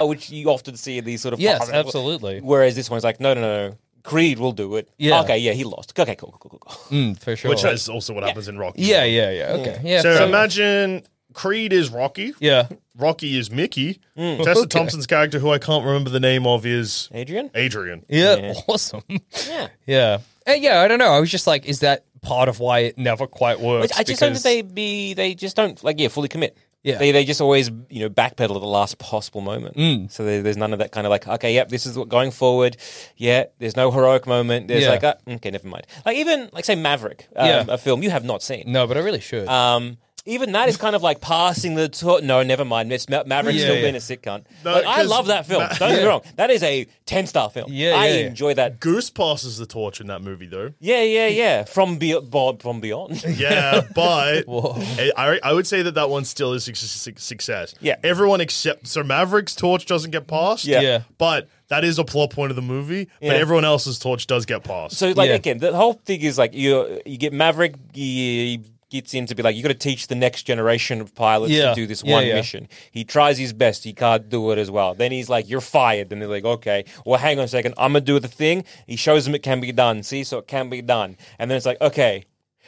S5: Oh, which you often see in these sort of
S3: Yes,
S5: parliament-
S3: absolutely.
S5: Whereas this one's like, no, no, no, no. Creed will do it.
S3: Yeah.
S5: Okay, yeah, he lost. Okay, cool, cool, cool, cool.
S3: Mm, for sure.
S4: which is also what happens in Rocky.
S3: yeah, yeah, yeah. Okay. Yeah.
S4: so, imagine Creed is Rocky.
S3: Yeah.
S4: Rocky is Mickey.
S5: Mm.
S4: Tessa Thompson's character, who I can't remember the name of, is
S5: Adrian.
S4: Adrian.
S3: Yeah. Awesome.
S5: Yeah.
S3: yeah. And yeah, I don't know. I was just like, is that part of why it never quite works?
S5: Which I just don't think
S3: Because-
S5: they be they just don't like yeah fully commit.
S3: Yeah.
S5: They, they just always you know backpedal at the last possible moment. Mm. So there, there's none of that kind of like okay yep this is what going forward. Yeah, there's no heroic moment. There's
S3: Yeah.
S5: like uh, okay never mind. Like even like say Maverick, um,
S3: Yeah.
S5: a film you have not seen.
S3: No, but I really should. <laughs>
S5: Um, even that is kind of like passing the torch. No, never mind. It's Ma- Maverick's
S3: Yeah,
S5: still
S3: yeah.
S5: being a sick cunt.
S4: No,
S5: Like, I
S4: 'cause
S5: love that film.
S4: Ma-
S5: Don't get me
S3: Yeah.
S5: wrong. That is a ten star film.
S3: Yeah,
S5: I
S3: yeah, yeah.
S5: enjoy that.
S4: Goose passes the torch in that movie, though.
S5: <laughs> Yeah, yeah, yeah. From be- bo- from
S3: <laughs>
S5: beyond.
S4: Yeah, but I, I- I would say that that one still is a suc- success.
S5: Yeah.
S4: Everyone except so Maverick's torch doesn't get passed.
S5: Yeah.
S3: Yeah.
S4: But that is a plot point of the movie.
S5: Yeah.
S4: But everyone else's torch does get passed.
S5: So like
S3: Yeah.
S5: again, the whole thing is like you you get Maverick he gets in to be like you got to teach the next generation of pilots
S3: Yeah.
S5: to do this
S3: Yeah,
S5: one
S3: yeah.
S5: mission. He tries his best, he can't do it as well. Then he's like, "You're fired." Then they're like, "Okay, well, hang on a second, I'm gonna do the thing." He shows him it can be done. See, so it can be done. And then it's like, "Okay."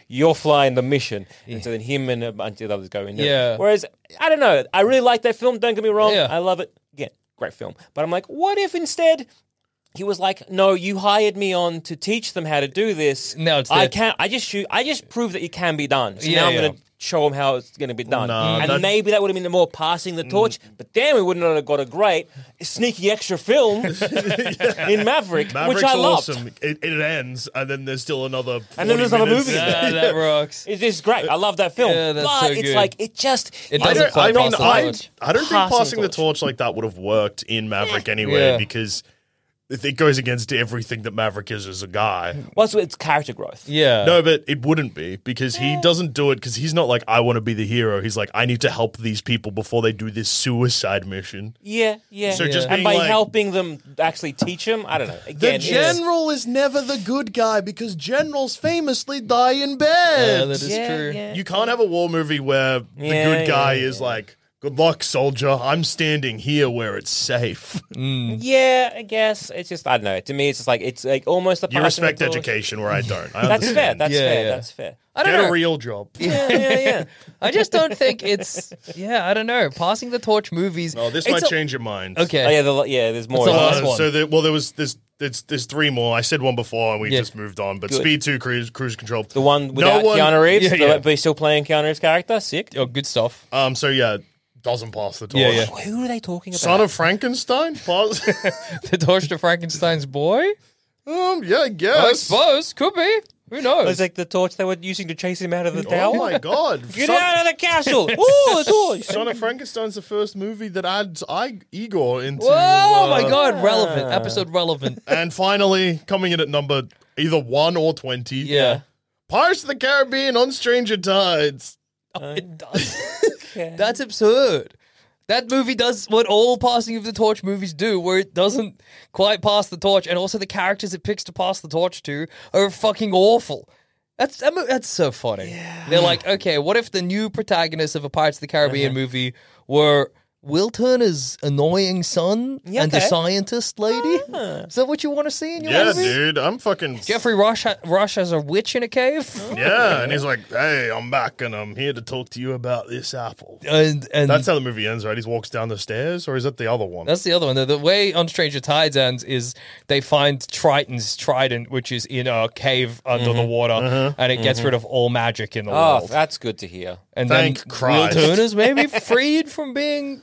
S5: You're flying the mission, and so then him and a bunch of others go in. there.
S3: Yeah.
S5: Whereas I don't know, I really like that film. Don't get me wrong,
S3: Yeah.
S5: I love it. Again, great film. But I'm like, what if instead he was like, "No, you hired me on to teach them how to do this.
S3: No, it's
S5: I
S3: their-
S5: can't. I just shoot. I just prove that it can be done. So
S3: Yeah,
S5: now I'm
S3: yeah.
S5: going to show them how it's going to be done.
S4: Nah,
S5: and
S4: that's-
S5: maybe that would have been more passing
S3: Mm.
S5: the torch. But then we wouldn't have got a great sneaky extra
S3: <laughs>
S5: film <laughs> in Maverick,
S4: Maverick's
S5: which I loved.
S4: awesome. It, it ends, and then there's still another.
S5: And then
S4: 40
S5: there's another
S4: minutes.
S5: movie.
S3: Ah, that rocks.
S5: It is great. I love that film.
S3: Yeah, that's
S5: but
S3: so
S5: it's
S3: good.
S5: like it just
S3: It
S4: I
S3: doesn't
S4: don't,
S3: quite
S4: I mean,
S3: pass the
S4: I,
S3: torch.
S4: I don't think
S5: Passing
S4: passing the
S5: torch.
S4: torch like that would have worked in Maverick anyway
S3: Yeah.
S4: because it goes against everything that Maverick is as a guy.
S5: What's it's character growth?
S3: yeah.
S4: No, but it wouldn't be because he
S3: Eh.
S4: doesn't do it because he's not like, I want to be the hero. He's like, I need to help these people before they do this suicide mission.
S5: Yeah, yeah.
S4: So just
S5: and
S4: being
S5: by
S4: like-
S5: helping them actually teach him, I don't know. Again, it's-
S4: is never the good guy because generals famously die in
S3: Yeah,
S4: bed.
S3: that is
S5: Yeah,
S3: true.
S5: yeah.
S4: you can't have a war movie where
S5: Yeah,
S4: the good guy
S5: yeah,
S4: is like, good luck, soldier. I'm standing here where it's
S3: <laughs>
S4: safe.
S5: Yeah, I guess it's just I don't know. To me, it's just like it's like almost the
S4: You
S5: passing
S4: respect
S5: the torch.
S4: education where I don't. I
S3: <laughs>
S5: That's fair.
S4: understand.
S5: That's
S3: Yeah,
S5: fair.
S3: yeah.
S5: That's fair.
S3: I don't
S4: Get a
S3: know.
S4: real job.
S5: Yeah, yeah, yeah.
S3: I just don't think <laughs> it's. Yeah, I don't know. Passing the torch movies.
S4: Oh, this
S3: it's
S4: might
S3: a-
S4: change your mind.
S3: Okay.
S5: Oh, yeah, the, yeah. There's more.
S3: That's the
S4: Uh,
S3: last one.
S4: So there, well, there was this. There's, there's three more. I said one before, and we
S3: Yeah.
S4: just moved on. But
S5: Good.
S4: Speed Two, Cruise Cruise Control,
S5: The one without Keanu Reeves,
S4: Yeah,
S5: the-
S4: yeah.
S5: but he's still playing Keanu Reeves' character. Sick.
S3: Oh, good stuff.
S4: Um. So yeah, doesn't pass the torch.
S3: Yeah, yeah.
S5: Who are they talking about?
S4: Son of Frankenstein. Pass. <laughs>
S3: the torch to Frankenstein's boy?
S4: um. Yeah, I
S3: I
S4: guess.
S3: suppose. Could be. Who
S5: it
S3: knows? <laughs>
S5: was like the torch they were using to chase him out of the tower.
S4: oh my god.
S5: Get
S4: Son-
S5: out of the castle! Oh, the torch!
S4: Son of Frankenstein's the first movie that adds I- Igor into.
S3: Whoa,
S4: uh,
S3: Oh my God. Relevant. Episode relevant.
S4: And finally, coming in at number either one or twenty.
S3: Yeah.
S4: Pirates of the Caribbean on Stranger Tides.
S3: It <laughs> does. That's absurd. That movie does what all passing of the torch movies do, where it doesn't quite pass the torch, and also the characters it picks to pass the torch to are fucking awful. That's that mo- that's so funny. They're like, okay, what if the new protagonists of a Pirates of the Caribbean
S5: Uh-huh.
S3: movie were Will Turner's annoying son
S5: Yeah,
S3: and the
S5: okay. Ah.
S3: scientist lady? Is that what you want to see in your
S4: Yeah,
S3: movie?
S4: dude. I'm fucking.
S3: Jeffrey Rush, ha- Rush has a witch in a cave,
S4: Yeah, and he's like, "Hey, I'm back, and I'm here to talk to you about this apple."
S3: and and
S4: That's how the movie ends, right? He walks down the stairs, or is that the other one?
S3: That's the other one. The, the way on Stranger Tides ends is they find Triton's trident, which is in a cave under the water, and it gets rid of all magic in the
S5: Oh,
S3: world.
S5: that's good to hear.
S3: and
S4: Thank
S3: then
S4: Christ.
S3: Will Turner's maybe freed from being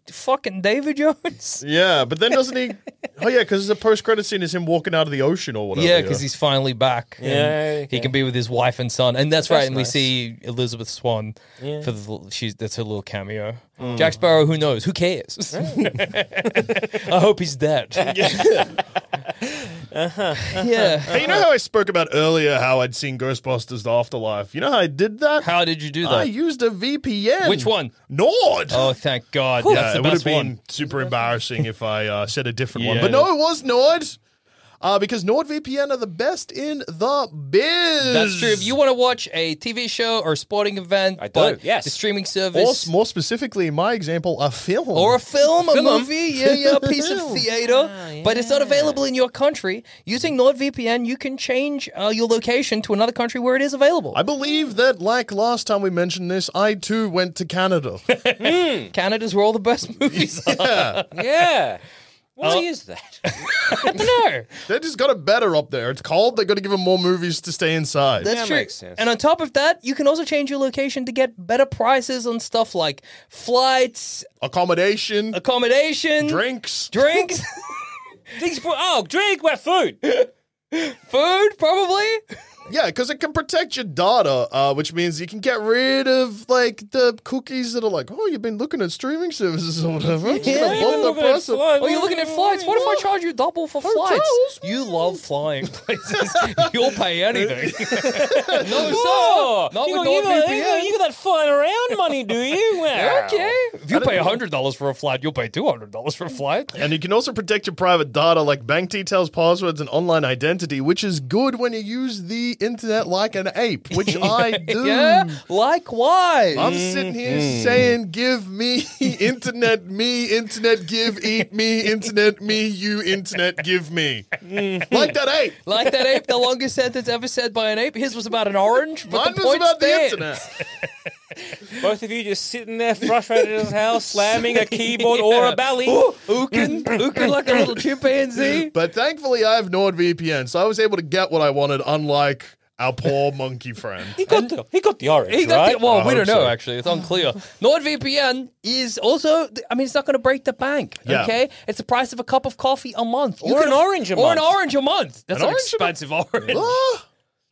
S3: fucking David Jones.
S4: yeah, but then doesn't he? oh yeah, because the post-credit scene is him walking out of the ocean or whatever.
S3: <laughs> Yeah, because he's finally back. and
S5: Yeah,
S3: he
S5: okay.
S3: can be with his wife and son, and that's, right.
S5: That's
S3: And
S5: nice.
S3: we see Elizabeth Swan for the little- she's that's her little cameo. Jack Sparrow, who knows? Who cares? <laughs> I hope he's dead.
S5: <laughs>
S3: Yeah.
S4: <laughs> Hey, you know how I spoke about earlier how I'd seen Ghostbusters: The Afterlife. You know how I did that?
S3: How did you do that?
S4: I used a VPN.
S3: Which one?
S4: Nord.
S3: Oh, thank God.
S4: yeah,
S3: That's the
S4: it would have
S3: best
S4: been
S3: one.
S4: super embarrassing if I uh, said a different one,
S3: Yeah,
S4: but
S3: yeah.
S4: no, it was Nord. uh, because NordVPN are the best in the biz.
S3: That's true. If you want to watch a TV show or a sporting event,
S5: I do,
S3: but
S5: yes.
S3: the streaming
S4: or s-
S3: service
S4: more specifically, in my example, a film
S3: or a film,
S5: Film.
S3: a movie, yeah, yeah, a
S5: <laughs>
S3: piece of theater, but it's not available in your country. Using NordVPN, you can change uh, your location to another country where it is available.
S4: I believe that, like last time we mentioned this, I too went to
S3: <laughs>
S4: Canada. <laughs>
S3: Canada's where all the
S5: <laughs>
S3: best movies are.
S5: Yeah.
S3: Oh.
S5: Why is that?
S3: I don't know.
S4: they just got it better up there. It's cold. They got to give them more movies to stay inside.
S3: <laughs> That's
S5: Yeah,
S3: true.
S5: makes sense.
S3: And on top of that, you can also change your location to get better prices on stuff like flights,
S4: Accommodation,
S3: accommodation,
S4: drinks.
S3: drinks,
S5: <laughs> Things for, oh, drink, wet food.
S3: food, probably.
S4: Yeah, because it can protect your data, uh, which means you can get rid of like the cookies that are like, oh, you've been looking at streaming services or whatever. I'm just gonna
S3: Yeah,
S4: block
S5: you've
S4: that
S5: been looking at
S4: person.
S5: flights.
S3: Oh, you're looking at flights. What if I charge you double for flights?
S4: Hotels.
S3: You love flying <laughs> places. You'll pay
S5: <laughs>
S3: anything. <laughs> no,
S5: Oh,
S3: sir. Not
S5: you,
S3: with
S5: got, you, got, you, got,
S3: NordVPN.
S5: you got that flying around money, do
S3: <laughs>
S5: you? Wow.
S3: Okay. If you pay $100 for a flight, you'll pay $200 for a
S5: <laughs>
S3: flight.
S4: And you can also protect your private data like bank details, passwords, and online identity, which is good when you use the internet like an ape,
S3: <laughs>
S4: which I do.
S3: Yeah. Mm-hmm. Likewise.
S4: I'm sitting here saying, give me <laughs> internet, me internet, give eat me internet, me you internet, give me
S3: Mm-hmm.
S4: like that ape.
S3: like that ape, the longest sentence ever said by an ape. His was about an orange, but
S4: Mine
S3: the
S4: was
S3: point
S4: about the
S3: stands.
S4: internet.
S5: Both of you just sitting there frustrated as hell, slamming a keyboard or a belly. <laughs>
S3: Ookin, ookin like a little chimpanzee.
S4: But thankfully, I have NordVPN, so I was able to get what I wanted, unlike our
S3: <laughs>
S4: poor monkey friend.
S5: He got the he got the orange,
S3: He got
S5: right?
S3: the-
S4: I
S3: well, we
S4: hope
S3: don't know
S4: so.
S3: actually. It's unclear. NordVPN is also. I mean, it's not going to break the bank.
S4: Yeah.
S3: Okay, it's the price of a cup of coffee a month,
S5: Or an orange a
S3: or an
S5: month.
S3: orange a month. That's
S4: An
S3: an,
S4: orange a month?
S3: expensive orange.
S4: Ah,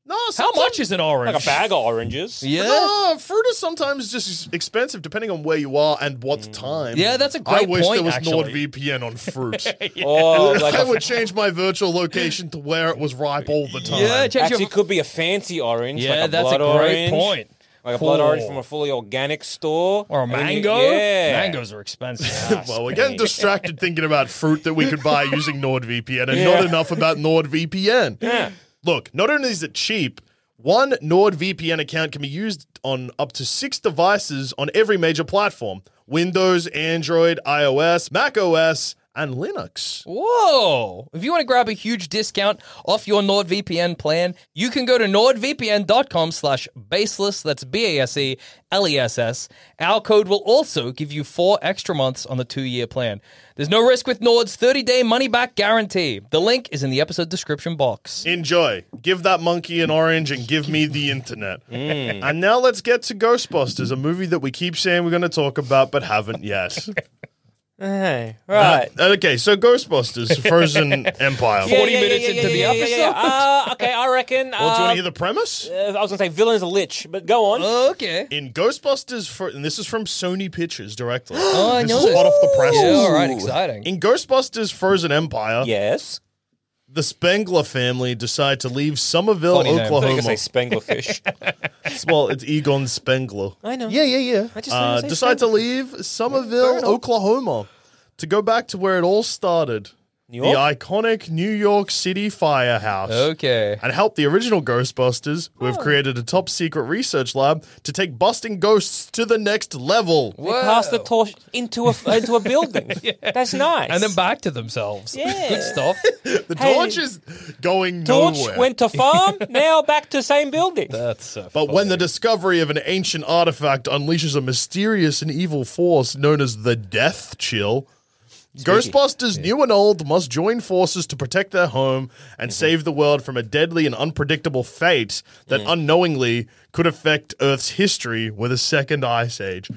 S4: no,
S3: How
S4: sometimes-
S3: much is an orange?
S5: like a bag of oranges.
S3: Yeah.
S4: No, fruit is sometimes just expensive depending on where you are and what time.
S3: Mm. Yeah, that's a
S4: I
S3: great
S4: wish
S3: point,
S4: there was
S3: actually. Oh,
S4: NordVPN
S3: <laughs>
S4: on fruit.
S5: Or
S4: <laughs>
S5: like
S4: I
S5: a,
S4: would change my virtual location to where it was ripe all the time.
S3: Yeah, change
S5: actually
S3: your,
S5: it could be a fancy orange.
S3: yeah.
S5: like a
S3: that's a
S5: blood
S3: great
S5: orange,
S3: point.
S5: Like a blood
S3: Cool.
S5: orange from a fully organic store,
S3: Or a
S5: And then you-
S3: mango.
S5: yeah,
S3: Mangoes are
S5: <laughs>
S3: expensive.
S4: <laughs> Well, we're getting distracted thinking about fruit that we could buy using NordVPN and not enough about NordVPN. Yeah. Look, not only is it cheap, one NordVPN account can be used on up to six devices on every major platform Windows, Android, iOS, Mac OS, and Linux.
S3: Whoa! If you want to grab a huge discount off your NordVPN plan, you can go to nordvpn.com slash baseless, that's E B-A-S-E-L-E-S-S. Our code will also give you four extra months on the two-year plan. There's no risk with Nord's 30-day money-back guarantee. The link is in the episode description box.
S4: Enjoy. Give that monkey an orange and give me the internet.
S3: Mm.
S4: And now let's get to Ghostbusters, a movie that we keep saying we're going to talk about but haven't
S3: <laughs>
S4: yet. Uh,
S5: Hey, right.
S4: okay, so
S3: <laughs>
S4: Ghostbusters, Frozen Empire.
S3: 40
S5: Yeah, yeah, yeah,
S3: minutes
S5: yeah,
S3: into
S5: yeah,
S3: the
S5: yeah, yeah,
S3: episode.
S5: yeah. Uh, okay, I reckon.
S4: Well, do you
S5: uh,
S4: want to hear the premise?
S5: uh, I was gonna say villain's a lich, but go on.
S3: Okay.
S4: In Ghostbusters, for, and this is from Sony Pictures directly.
S3: <gasps> Oh, I
S4: this
S3: know
S4: is
S3: this.
S4: hot off the press.
S3: Yeah, all right, exciting.
S4: In Ghostbusters Frozen Empire,
S5: yes,
S4: the Spengler family decide to leave Somerville,
S3: Funny name.
S5: I was
S4: Oklahoma.
S5: gonna say spanglerfish.
S4: <laughs> well, it's Egon Spengler.
S5: I know.
S4: Yeah, yeah, yeah.
S5: I just
S4: uh,
S5: thought you
S4: decide
S5: said
S4: to leave Somerville, Oklahoma, to go back to where it all started.
S5: New York?
S4: The iconic New York City firehouse.
S3: Okay.
S4: and help the original Ghostbusters, who have created a top secret research lab, to take busting ghosts to the next level.
S5: They pass
S3: <laughs>
S5: the
S3: Whoa.
S5: torch into a into
S3: <laughs>
S5: a building. That's nice.
S3: And then back to themselves. Oh, <laughs>
S5: Yeah.
S3: Good stuff.
S4: The
S5: Hey,
S4: torch is going
S5: torch
S4: nowhere.
S5: went to farm. <laughs> now back to same building.
S3: That's uh, so
S4: but when the discovery of an ancient artifact unleashes a mysterious and evil force known as the Death Chill, Ghostbusters new and old must join forces to protect their home and save the world from a deadly and unpredictable fate that unknowingly could affect Earth's history with a second ice age.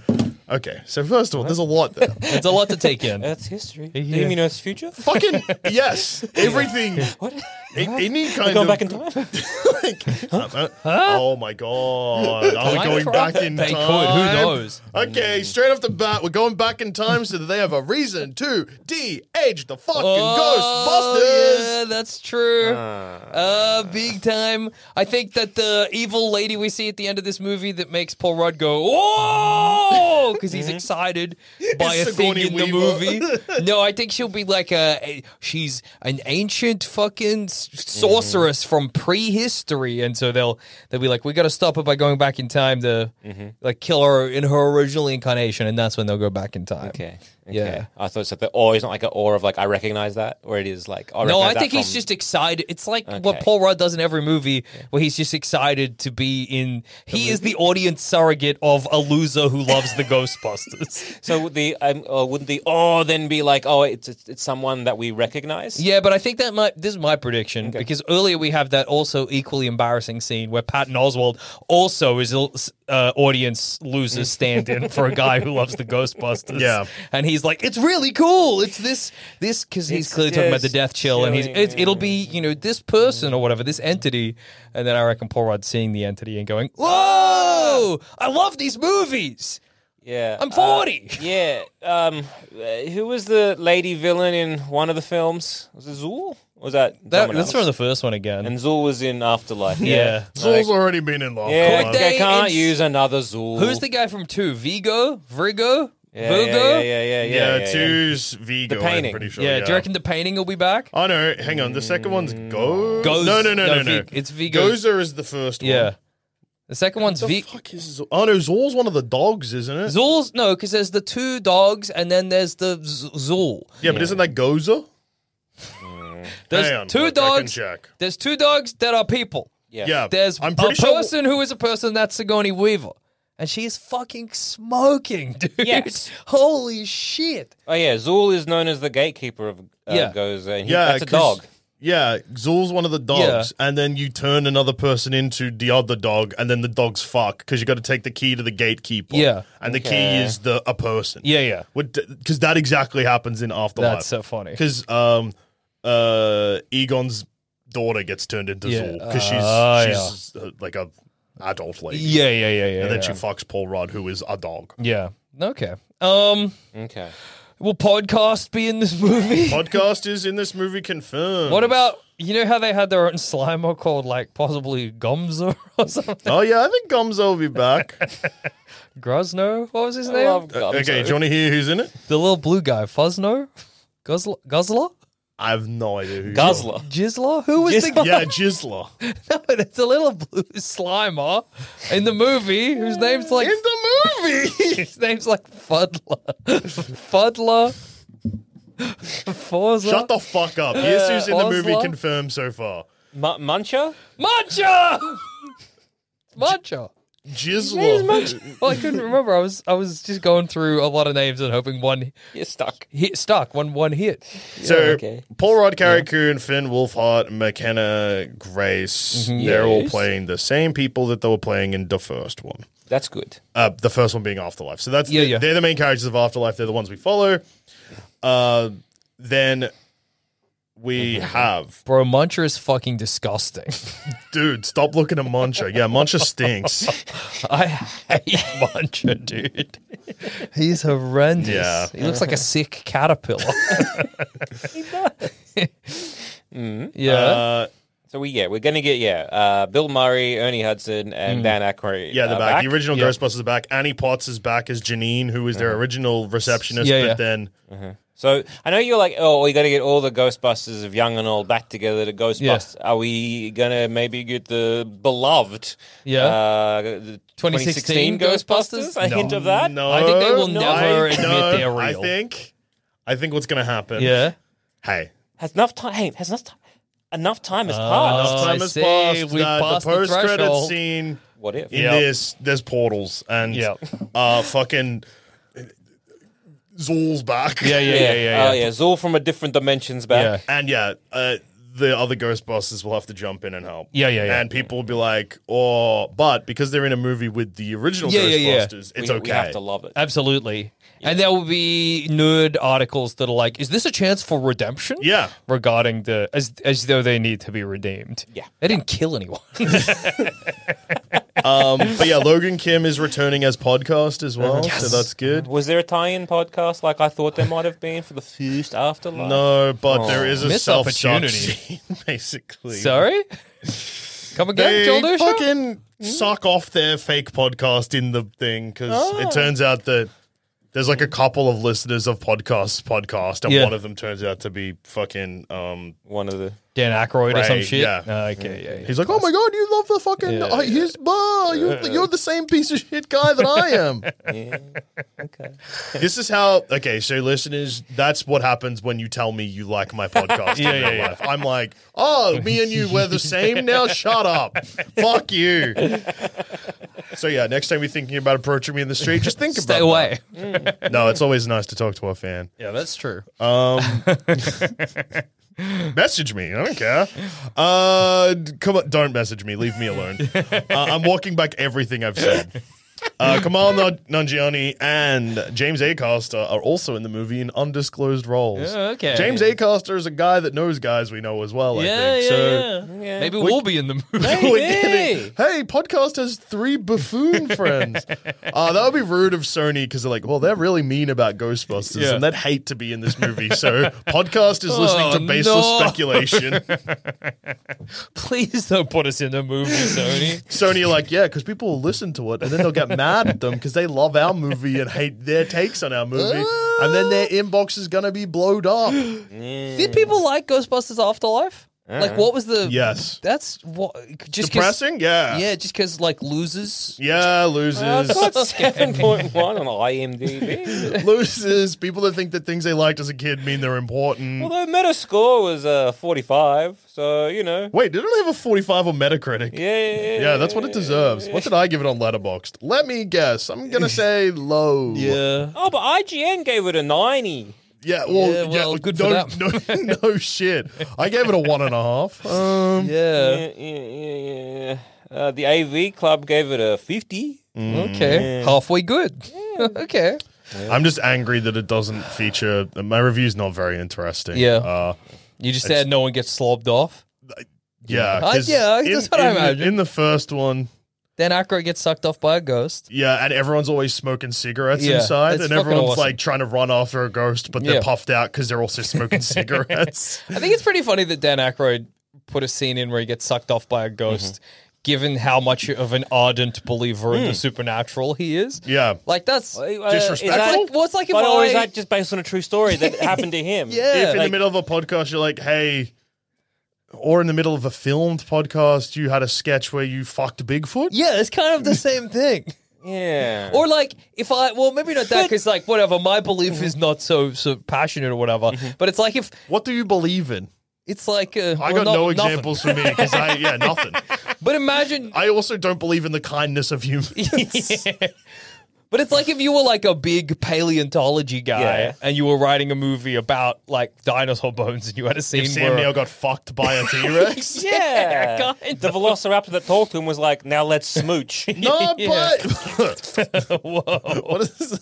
S4: Okay, so first of all, there's a lot there.
S3: It's a lot to take
S5: <laughs>
S3: in.
S5: That's history. You mean Earth's future?
S4: fucking yes, everything,
S5: What?
S4: a- any kind of.
S5: Going back in time?
S4: <laughs> like, uh, Oh my god, are we
S3: I
S4: going
S3: try-
S4: back in
S3: They
S4: time?
S3: could, who knows? Hmm.
S4: Okay, straight off the bat, we're going back in time so that they have a reason to de-age the fucking Ghostbusters.
S3: Oh, yeah, that's true. Uh, big time. I think that the evil
S4: <laughs>
S3: lady we see at the end of this movie that makes Paul Rudd go, "Whoa!" because he's excited by
S4: It's
S3: a thing
S4: Mm-hmm. Sigourney
S3: in the
S4: Weaver.
S3: movie.
S4: <laughs>
S3: No, I think she'll be like a she's an ancient fucking s-
S4: Mm-hmm.
S3: sorceress from prehistory, and so they'll they'll be like, we got to stop her by going back in time to
S4: Mm-hmm.
S3: like kill her in her original incarnation, and that's when they'll go back in time.
S5: Okay. okay.
S3: Yeah.
S5: I thought so. The awe is not like an awe of like I recognize that, or it is like I
S3: No,
S5: recognize
S3: I
S5: that
S3: think he's
S5: from-
S3: just excited. It's like
S5: Okay.
S3: what Paul Rudd does in every movie, where he's just excited to be in. He is the audience surrogate of a loser who loves
S5: <laughs>
S3: the Ghostbusters.
S5: So would the um, or wouldn't the awe then be like oh it's it's, it's someone that we recognize?
S3: Yeah, but I think that might. This is my prediction because earlier we have that also equally embarrassing scene where Patton Oswald also is a uh, audience loser
S5: Mm.
S3: stand-in for a guy who loves
S5: <laughs>
S3: the Ghostbusters.
S4: Yeah.
S3: and he's like, "It's really cool. It's this this because he's
S5: It's
S3: clearly talking about the
S5: just
S3: death chill, and he's
S5: chilling,
S3: it's, it'll be you know this person or whatever this entity, and then I reckon Paul Rudd seeing the entity and going, "Whoa, I love these movies."
S5: yeah.
S3: I'm
S5: uh,
S3: 40.
S5: yeah. Um, uh, who was the lady villain in one of the films? Was it Zool? Or was that,
S3: That,
S5: someone
S3: that's
S5: else?
S3: from the first one again.
S5: and Zool was in Afterlife.
S3: yeah.
S4: Zool's already been in love.
S5: Yeah,
S4: Come on.
S5: they,
S3: they
S5: can't
S3: ins-
S5: use another Zool.
S3: Who's the guy from two? Vigo? Virgo?
S5: yeah,
S3: Virgo?
S5: Yeah, yeah, yeah, yeah.
S4: Yeah,
S5: yeah, yeah.
S4: two's Vigo.
S5: The painting.
S4: I'm pretty sure.
S3: Yeah, do you reckon the painting will be back?
S4: Oh no! Hang on. The second one's Go.
S3: Goes-
S4: No, no, no,
S3: no,
S4: no, no.
S3: Vig- it's Vigo.
S4: Gozer is the first one.
S3: Yeah. The second one's
S4: The
S3: V.
S4: fuck is Zool? Oh no, Zool's one of the dogs, isn't it?
S3: Zool's no, because there's the two dogs and then there's the Z- Zool.
S4: yeah, but isn't that Gozer?
S3: There's
S4: Hang on,
S3: two
S4: look, I can
S3: dogs.
S4: check.
S3: There's two dogs that are people.
S5: Yeah.
S4: Yeah.
S3: There's
S4: I'm
S3: a
S4: pretty sure-
S3: person who is a person that's Sigourney Weaver, and she is fucking smoking, <laughs> dude.
S5: Yes.
S3: Holy shit.
S5: Oh yeah, Zool is known as the gatekeeper of uh,
S3: Yeah.
S5: Gozer. and he-
S4: Yeah,
S5: that's a
S4: 'cause-
S5: dog.
S4: Yeah, Zool's one of the dogs, and then you turn another person into the other dog, and then the dogs fuck because you got to take the key to the gatekeeper.
S3: Yeah.
S4: and the
S5: Okay.
S4: key is the a person.
S3: Yeah, yeah.
S4: because that exactly happens in Afterlife.
S3: That's so funny.
S4: Because um, uh, Egon's daughter gets turned into
S3: Yeah.
S4: Zool because she's
S3: Ah,
S4: she's uh, like a adult lady.
S3: Yeah, yeah, yeah, yeah.
S4: and then she
S3: yeah.
S4: fucks Paul Rudd, who is a dog.
S3: yeah. Okay. Um,
S5: Okay.
S3: will podcast be in
S4: <laughs>
S3: this movie?
S4: Podcast is in this movie confirmed.
S3: What about you know how they had their own Slimer called like possibly Gumzo <laughs> or something?
S4: Oh yeah, I think Gomzo will be
S3: <laughs>
S4: back.
S3: Gruzno? What was his
S5: I
S3: name?
S5: love Gozer.
S4: okay, do you want to hear who's in it?
S3: the little blue guy, Fuzno? Guzzler? Guzzler?
S4: I have no idea who.
S5: Guzzler.
S3: Jizzler? Who was the <laughs>
S4: Yeah, Jizzler. In
S3: guy? It's a little blue Slimer in the movie whose name's like
S4: the movie.
S3: <laughs> his name's like Fuddler. Fuddler. Forza.
S4: Shut the fuck
S3: Uh,
S4: up. Here's who's in the movie
S3: Oslo?
S4: confirmed so far.
S5: Mu- Muncher?
S3: Matcha! Matcha.
S4: Jizzler.
S3: Well, I couldn't remember. I was I was just going through a lot of names and hoping one
S5: You're stuck.
S3: hit stuck one one hit.
S4: So
S5: okay.
S4: Paul Rudd, Carrie Coon, Finn Wolfhard, McKenna Grace,
S3: Mm-hmm.
S4: they're all
S5: Yes.
S4: playing the same people that they were playing in the first one.
S5: That's good.
S4: Uh, the first one being Afterlife. So that's
S3: Yeah,
S4: the-
S3: yeah.
S4: they're the main characters of Afterlife. They're the ones we follow. Uh, then we
S3: Mm-hmm.
S4: have
S3: Bro, Muncher is fucking disgusting. <laughs>
S4: dude. Stop looking at Muncher. Yeah, Muncher
S3: <laughs>
S4: stinks.
S3: I hate Muncher, dude. He's horrendous.
S4: Yeah.
S3: He looks like a sick caterpillar. <laughs> Yeah.
S4: Uh,
S5: So we yeah, we're gonna get yeah, uh, Bill Murray, Ernie Hudson, and
S3: Hmm.
S5: Dan Aykroyd. uh,
S4: Yeah, the
S5: are
S4: back. The original
S3: Uh, Yeah. Uh-huh.
S4: Ghostbusters are back. Annie Potts is back as Janine, who was their original receptionist,
S3: Yeah,
S4: but
S3: yeah.
S4: then
S5: So I know you're like, oh, we got to get all the Ghostbusters of young and old back together to Ghostbusters. Are we gonna maybe get the beloved?
S3: Yeah.
S5: uh, the
S3: 2016
S5: 2016 Ghostbusters. A
S3: No.
S5: hint of that.
S4: No,
S3: I think they will never
S4: I-
S3: admit
S4: no,
S3: they're
S4: I
S3: real.
S4: think, I think what's gonna happen.
S3: yeah.
S4: Hey,
S5: Has enough time? Hey, has enough time? Enough time has
S3: Oh,
S5: passed.
S4: Uh, time
S3: I
S4: has
S3: see.
S4: passed.
S3: We've
S4: the,
S3: passed the
S4: the post-credit
S3: threshold.
S4: scene.
S5: What if?
S4: In
S3: Yep.
S4: this, there's portals and
S3: Yep.
S4: uh, fucking Zool's back. Yeah,
S5: Oh yeah, it's all from a different dimensions back.
S4: And yeah, uh, the other Ghostbusters will have to jump in and help.
S3: Yeah, yeah, yeah.
S4: And people will be like, "Oh," but because they're in a movie with the original
S3: Yeah, yeah, yeah.
S4: Ghostbusters, it's
S5: we,
S4: okay.
S5: We have to love it.
S3: Absolutely. And there will be nerd articles that are like, is this a chance for redemption?
S4: Yeah.
S3: Regarding the as as though they need to be redeemed.
S5: Yeah.
S3: They didn't kill anyone.
S4: Um, but yeah, Logan Kim is returning as podcast as well, so that's good.
S5: Was there a tie-in podcast like I thought there might have been for the first Afterlife?
S4: No, but there is a
S3: Missed
S4: self
S3: opportunity.
S4: <laughs> scene, basically.
S3: <laughs> Sorry? Come again, Joel
S4: They
S3: Dusha?
S5: Mm. Ah.
S4: fucking suck off their fake podcast in the thing because it turns out that There's like a couple of listeners of podcasts, podcast, and
S1: Yeah.
S4: one of them turns out to be fucking. Um,
S5: One
S4: <laughs>
S5: of the
S1: Dan Aykroyd or some
S4: Right,
S1: shit.
S4: yeah.
S1: Uh, okay, yeah, yeah.
S4: he's like, oh my god, you love the fucking.
S1: Yeah.
S4: Uh, here's, bah, you, you're the same piece of shit guy that I
S1: <laughs>
S4: am.
S5: okay.
S4: <laughs> this is how. Okay, so listeners, that's what happens when you tell me you like
S1: <laughs>
S4: my podcast. yeah, yeah, yeah. I'm like, oh, me and you we're
S1: <laughs>
S4: the same now. Shut up, fuck you. So yeah, next time you're thinking about approaching me in the street, just think
S1: Stay
S4: about
S1: away.
S4: that. No, it's always nice to talk to a fan.
S1: Yeah, that's true.
S4: message me. I don't care. Uh, d- come on, don't message me. Leave me alone. Uh, I'm walking back everything I've said. Uh, Kamal Nan- Nanjiani and James Acaster are also in the movie in undisclosed roles.
S1: Oh, okay.
S4: James Acaster is a guy that knows guys we know as well. I
S1: yeah,
S4: think.
S1: yeah,
S4: <laughs> so
S1: yeah. Maybe we'll be in the movie.
S4: <laughs> We're
S3: <laughs>
S4: getting- hey, podcast has
S1: <laughs>
S4: three buffoon friends. Uh, that would be rude of Sony because they're like, well, they're really mean about Ghostbusters
S1: Yeah.
S4: and they'd hate to be in this movie. So <laughs> podcast is listening
S1: Oh,
S4: to baseless
S1: no.
S4: speculation.
S1: Please don't put us in the
S4: <laughs>
S1: movie, Sony.
S4: Sony are like, yeah, because people will listen to it and then they'll get mad at them because they love our movie and hate their takes on our movie. and
S1: <gasps>
S4: then their inbox is going to be blowed up.
S3: Did people like Ghostbusters Afterlife? Like, what was the?
S4: yes.
S3: that's what. Just 'cause-
S4: Depressing? Yeah.
S3: Yeah, just because like losers.
S4: Yeah, losers.
S5: Seven point one
S4: <laughs>
S5: on IMDb.
S4: losers. People that think that things they liked as a kid mean they're important.
S5: Although Metascore was uh, forty-five, so you know.
S4: Wait, did it have a 45 on Metacritic?
S5: Yeah, yeah, yeah.
S4: Yeah, that's what it deserves. What did I give it on Letterboxd? Let me guess. I'm
S1: <laughs>
S4: going to say low.
S1: Yeah.
S5: Oh, but IGN gave it a ninety.
S4: Yeah, well,
S1: Yeah,
S4: yeah,
S1: well, good for
S4: no, no, <laughs> no shit. I gave it a one and
S1: <laughs>
S4: a half. Um,
S1: Yeah.
S5: Yeah, yeah, yeah, yeah. yeah. Uh, the AV Club gave it a fifty.
S4: Mm.
S1: Okay.
S3: Halfway good. <laughs> okay.
S4: I'm just angry that it doesn't feature. My review's not very interesting.
S3: Yeah.
S4: uh,
S1: You just said no one gets slobbed off.
S4: yeah,
S3: Uh,
S4: 'cause
S3: yeah,
S4: in-
S3: that's what I
S4: in the-
S3: imagine.
S4: In the first one,
S3: Then Aykroyd gets sucked off by a ghost.
S4: yeah, and everyone's always smoking cigarettes
S3: Yeah,
S4: inside,
S3: that's
S4: and
S3: fucking
S4: everyone's
S3: awesome.
S4: like trying to run after a ghost, but they're
S3: Yeah.
S4: puffed out because they're also smoking
S3: <laughs>
S4: cigarettes.
S3: I think it's pretty funny that Dan Aykroyd put a scene in where he gets sucked off by a ghost, given how much of an ardent believer in the supernatural he is.
S4: Yeah,
S3: Like that's
S4: Disrespectful?
S3: That's like, well, it's like if
S5: But or is
S3: I
S5: that <laughs> just based on a true story that happened to
S4: <laughs>
S5: him?
S3: Yeah.
S4: if in the
S5: like-
S4: middle of a podcast you're like, hey. Or in the middle of a filmed podcast, you had a sketch where you fucked Bigfoot.
S3: yeah, it's kind of the same thing.
S5: yeah.
S3: <laughs> Or like if I well maybe not that because like whatever my belief is not so so passionate or whatever, but it's like if
S4: What do you believe in?
S3: it's like uh,
S4: I got
S3: well, not-
S4: no
S3: nothing.
S4: examples for me because I yeah
S3: <laughs>
S4: nothing.
S3: But imagine,
S4: I also don't believe in the kindness of humans.
S3: but it's like if you were like a big paleontology guy
S5: Yeah.
S3: and you were writing a movie about like dinosaur bones and you had a scene
S4: If Sam
S3: where
S4: Neill got fucked by
S3: <laughs>
S4: a T Rex.
S5: yeah,
S3: Yeah, kind
S5: the Velociraptor that talked to him was like, "Now let's smooch."
S4: No, but <laughs> what is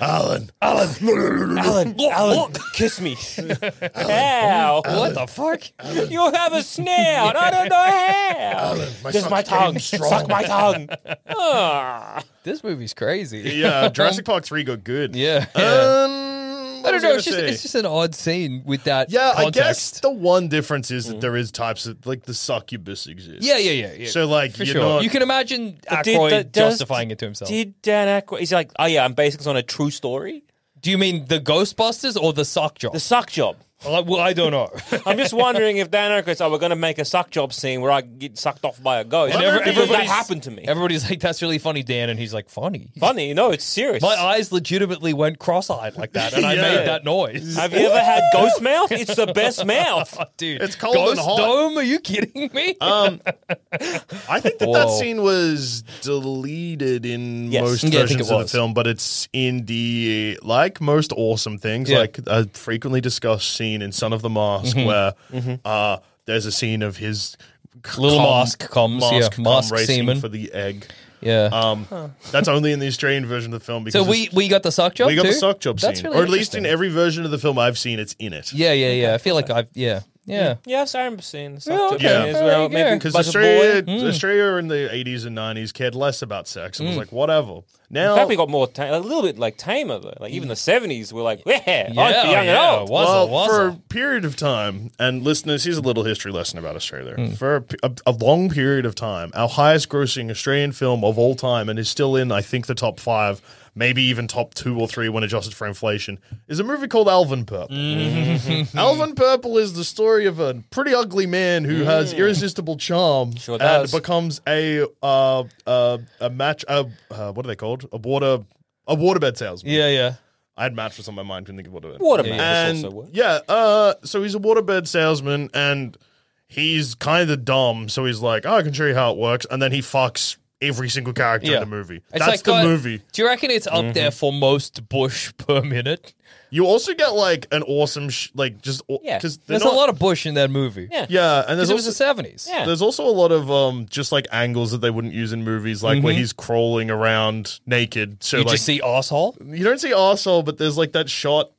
S4: Alan? Alan,
S5: Alan, Alan, kiss me. <laughs> How? What the fuck? You have a snout. I don't know how.
S4: my
S5: Just
S4: suck
S5: my
S4: came
S5: tongue.
S4: strong.
S5: Suck my tongue. Ah.
S3: this movie's crazy.
S4: Yeah, Jurassic Park three got good.
S3: Yeah.
S4: Um,
S3: I don't know. It's just, it's just an odd scene with that.
S4: yeah.
S3: context. Mm.
S4: I guess the one difference is that there is types of like the succubus exist.
S3: Yeah, yeah, yeah. yeah.
S4: So like
S3: for
S4: you're
S3: sure,
S4: not.
S3: you can imagine
S5: Did-
S3: Aykroyd
S5: that- does-
S1: justifying it to himself.
S5: Did Dan Aykroyd? He's like, "Oh yeah, I'm basing this on a true story."
S3: Do you mean the Ghostbusters or the sock job?
S5: The suck job.
S1: Like, well, I don't
S3: <laughs>
S5: <laughs>
S1: know.
S5: I'm just wondering if Dan Aykroyd's, "Oh, we're going to make a suck job scene where I get sucked off by a ghost."
S1: And
S5: Because
S1: every-
S5: that
S1: everybody's-
S5: happened to me.
S1: Everybody's like, "That's really funny, Dan," and he's like, "Funny."
S5: Funny, no, it's serious.
S1: My eyes legitimately went cross-eyed like that, and I
S4: Yeah.
S1: made that noise.
S3: <laughs>
S5: Have you ever had ghost mouth? It's the best mouth. <laughs>
S1: Dude,
S4: It's cold
S1: Ghost
S4: and hot.
S1: Dome? Are you kidding me?
S3: <laughs>
S4: um, I think that that
S1: Whoa.
S4: scene was deleted in
S5: Yes.
S4: most
S5: Yeah, I
S3: think
S4: versions
S3: it
S4: of the
S3: was.
S4: film, but it's in the like most awesome things,
S1: Yeah.
S4: like a frequently discussed scene in Son of the Mask, where uh, there's a scene of his c-
S1: Little mask comes, yeah,
S4: cum
S1: mask
S4: racing
S1: semen.
S4: for the egg.
S1: yeah.
S4: Um, that's only in the Australian version of the film
S3: so
S4: because
S3: we we got the sock
S4: it's-
S3: job.
S4: we got
S3: too?
S4: the sock job
S3: That's
S4: scene,
S3: really
S4: or at least in
S3: interesting.
S4: every version of the film I've seen, it's in it.
S3: Yeah, yeah, yeah. I feel like I've yeah yeah.
S5: Yes, I remember seeing the suck
S3: Yeah,
S5: job
S3: okay.
S5: scene as
S3: There
S5: well.
S3: you
S5: Maybe
S3: go.
S4: Because
S5: as a boy.
S4: Australia, Australia in the 80s and 90s cared less about sex and was like, whatever. Now,
S5: In fact, we got more ta- a little bit like tamer though. Like even the seventies were like, yeah, aren't you
S3: Yeah,
S5: young
S3: yeah,
S5: and
S3: wazza,
S5: old.
S4: well,
S3: wazza.
S4: for a period of time, and listeners, here's a little history lesson about Australia.
S3: Hmm.
S4: For a p- a, a long period of time, our highest grossing Australian film of all time, and is still in, I think, the top five, maybe even top two or three when adjusted for inflation, is a movie called Alvin Purple.
S3: Mm-hmm.
S4: Alvin Purple is the story of a pretty ugly man
S3: Mm.
S4: who has irresistible charm
S5: Sure
S4: and
S5: does.
S4: becomes a uh, uh, a match. Uh, uh, what are they called? A water a waterbed salesman.
S3: Yeah, yeah.
S4: I had mattress on my mind. Couldn't think of waterbed.
S5: Waterman
S4: And
S5: also worked.
S4: yeah, uh, so he's a waterbed salesman, and he's kind of dumb. So he's like, oh, "I can show you how it works," and then he fucks every single character in
S3: Yeah.
S4: the movie.
S3: It's
S4: That's
S3: like
S4: the
S3: got-
S4: movie. Mm-hmm.
S3: Do you reckon it's up there for most bush per minute?
S4: You also get like an awesome, sh- like just
S5: Yeah.
S4: because
S3: There's a lot of bush in that movie.
S5: Yeah.
S4: yeah, and there's
S3: Because it was
S4: also
S3: the 70s.
S5: Yeah.
S4: There's also a lot of um, just like angles that they wouldn't use in movies, like
S3: Mm-hmm.
S4: where he's crawling around naked. So
S3: You
S4: like,
S3: just see asshole.
S4: you don't see arsehole, but there's like that shot.